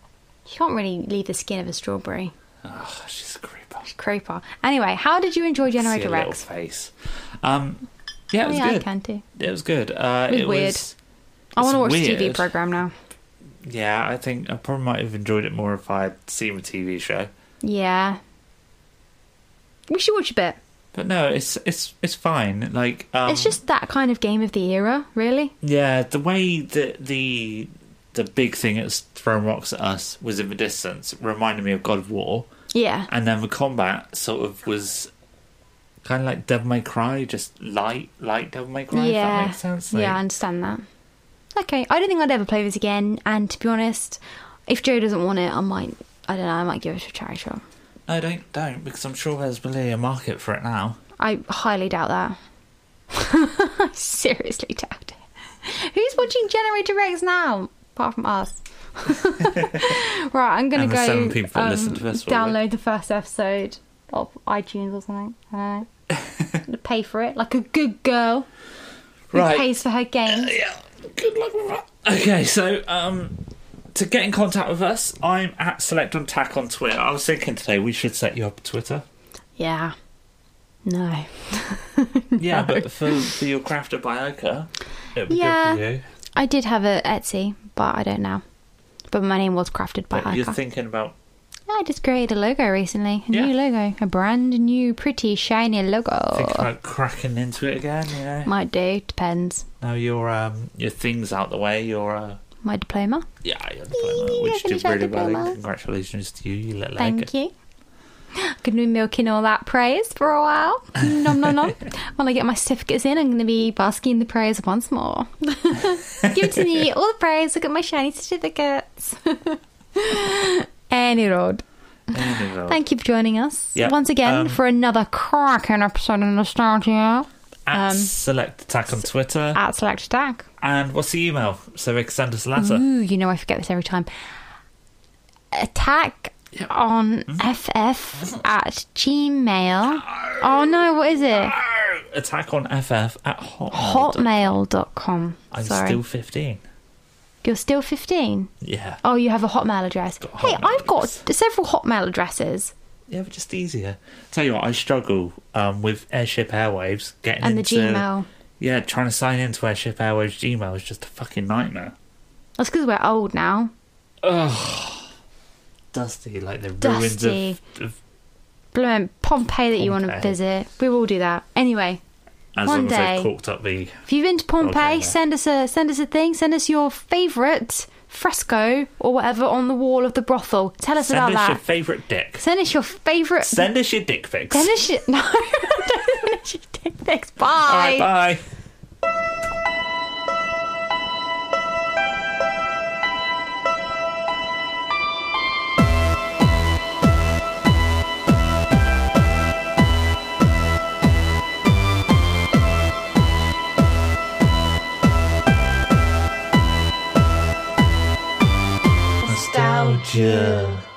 Speaker 1: She can't really leave the skin of a strawberry.
Speaker 2: Oh, she's a creeper.
Speaker 1: Creeper. Anyway, how did you enjoy
Speaker 2: See
Speaker 1: Generator
Speaker 2: her little
Speaker 1: Rex?
Speaker 2: face. Um, yeah, it was
Speaker 1: yeah, I
Speaker 2: good.
Speaker 1: can too.
Speaker 2: It was good. Uh,
Speaker 1: was
Speaker 2: it
Speaker 1: weird.
Speaker 2: was.
Speaker 1: I want
Speaker 2: it's
Speaker 1: to watch the TV
Speaker 2: weird.
Speaker 1: program now.
Speaker 2: Yeah, I think I probably might have enjoyed it more if I had seen a TV show.
Speaker 1: Yeah. We should watch a bit.
Speaker 2: But no, it's it's it's fine. Like um,
Speaker 1: it's just that kind of game of the era, really.
Speaker 2: yeah, the way that the the big thing that's thrown rocks at us was in the distance reminded me of God of War,
Speaker 1: Yeah.
Speaker 2: and then the combat sort of was kind of like Devil May Cry, just light, light Devil May Cry. if that makes sense. Like,
Speaker 1: yeah, I understand that. Okay, I don't think I'd ever play this again. And to be honest, if Joe doesn't want it, I might. I don't know. I might give it a try. Sure.
Speaker 2: No, don't don't because I'm sure there's really a market for it now.
Speaker 1: I highly doubt that. (laughs) I seriously doubt it. Who's watching Generator Rex now? Apart from us. (laughs) right, I'm gonna
Speaker 2: And the
Speaker 1: go um,
Speaker 2: seven people that listen to us, will we?
Speaker 1: download the first episode of iTunes or something. I don't
Speaker 2: (laughs)
Speaker 1: know. pay for it like a good girl who pays for her games.
Speaker 2: yeah. Good luck with that. Okay, so um, to get in contact with us, I'm at Select on Tack on Twitter. I was thinking today we should set you up
Speaker 1: (laughs)
Speaker 2: a Twitter.
Speaker 1: Yeah. No.
Speaker 2: Yeah, but for, for your craft of Bioka, it'd be
Speaker 1: Yeah.
Speaker 2: good for you.
Speaker 1: I did have a Etsy, but I don't now. But my name was crafted by
Speaker 2: But
Speaker 1: Ica.
Speaker 2: you're thinking about
Speaker 1: I just created a logo recently. A
Speaker 2: Yeah.
Speaker 1: new logo. A brand new, pretty, shiny logo.
Speaker 2: thinking about cracking into it again. You know,
Speaker 1: Might do. Depends.
Speaker 2: now your um your things out the way. Your uh,
Speaker 1: My diploma.
Speaker 2: yeah, your diploma, which you
Speaker 1: finish
Speaker 2: did
Speaker 1: our
Speaker 2: really well. in.
Speaker 1: diploma.
Speaker 2: Congratulations to you, you little egg.
Speaker 1: Thank you. (gasps) Going to be milking all that praise for a while. (laughs) Nom nom nom. when I get my certificates in, I'm going to be basking in the praise once more. (laughs) Give it to
Speaker 2: (laughs)
Speaker 1: me. All the praise. Look at my shiny certificates. (laughs) Any road.
Speaker 2: Anyway,
Speaker 1: Thank you for joining us
Speaker 2: Yeah,
Speaker 1: once again
Speaker 2: um,
Speaker 1: for another cracking episode of Nostalgia
Speaker 2: At
Speaker 1: um,
Speaker 2: Select Attack on Twitter,
Speaker 1: at Select Attack.
Speaker 2: and what's the email so they can send us a letter?
Speaker 1: Ooh, you know I forget this every time. Attack on
Speaker 2: Mm-hmm.
Speaker 1: FF at Gmail. Oh no, what is it?
Speaker 2: Attack on FF at Hotmail.
Speaker 1: Hotmail.com.
Speaker 2: I'm
Speaker 1: Sorry.
Speaker 2: still 15.
Speaker 1: You're still 15?
Speaker 2: Yeah.
Speaker 1: Oh, you have a Hotmail address.
Speaker 2: Got a
Speaker 1: hey,
Speaker 2: Hotmail
Speaker 1: I've got
Speaker 2: address.
Speaker 1: several Hotmail addresses.
Speaker 2: Yeah, but just easier. Tell you what, I struggle um, with Airship Airwaves getting
Speaker 1: And the
Speaker 2: into,
Speaker 1: Gmail.
Speaker 2: Yeah, trying to sign into Airship Airwaves Gmail is just a fucking nightmare.
Speaker 1: That's because we're old now.
Speaker 2: Dusty, like the
Speaker 1: Dusty.
Speaker 2: ruins of. of
Speaker 1: Blooming Pompeii that you want to
Speaker 2: Pompeii.
Speaker 1: visit. We will do that. Anyway,
Speaker 2: as
Speaker 1: One
Speaker 2: long as
Speaker 1: day.
Speaker 2: they've corked up the.
Speaker 1: If you've been to Pompeii,
Speaker 2: Okay, yeah.
Speaker 1: send us a send us a thing. Send us your favourite fresco or whatever on the wall of the brothel. Tell us
Speaker 2: Send
Speaker 1: about
Speaker 2: us
Speaker 1: that.
Speaker 2: your favourite dick.
Speaker 1: send us your favourite.
Speaker 2: Send us your dick pics.
Speaker 1: send us your (laughs) no. don't send us your dick pics. Bye.
Speaker 2: All right, bye. Nostalgia.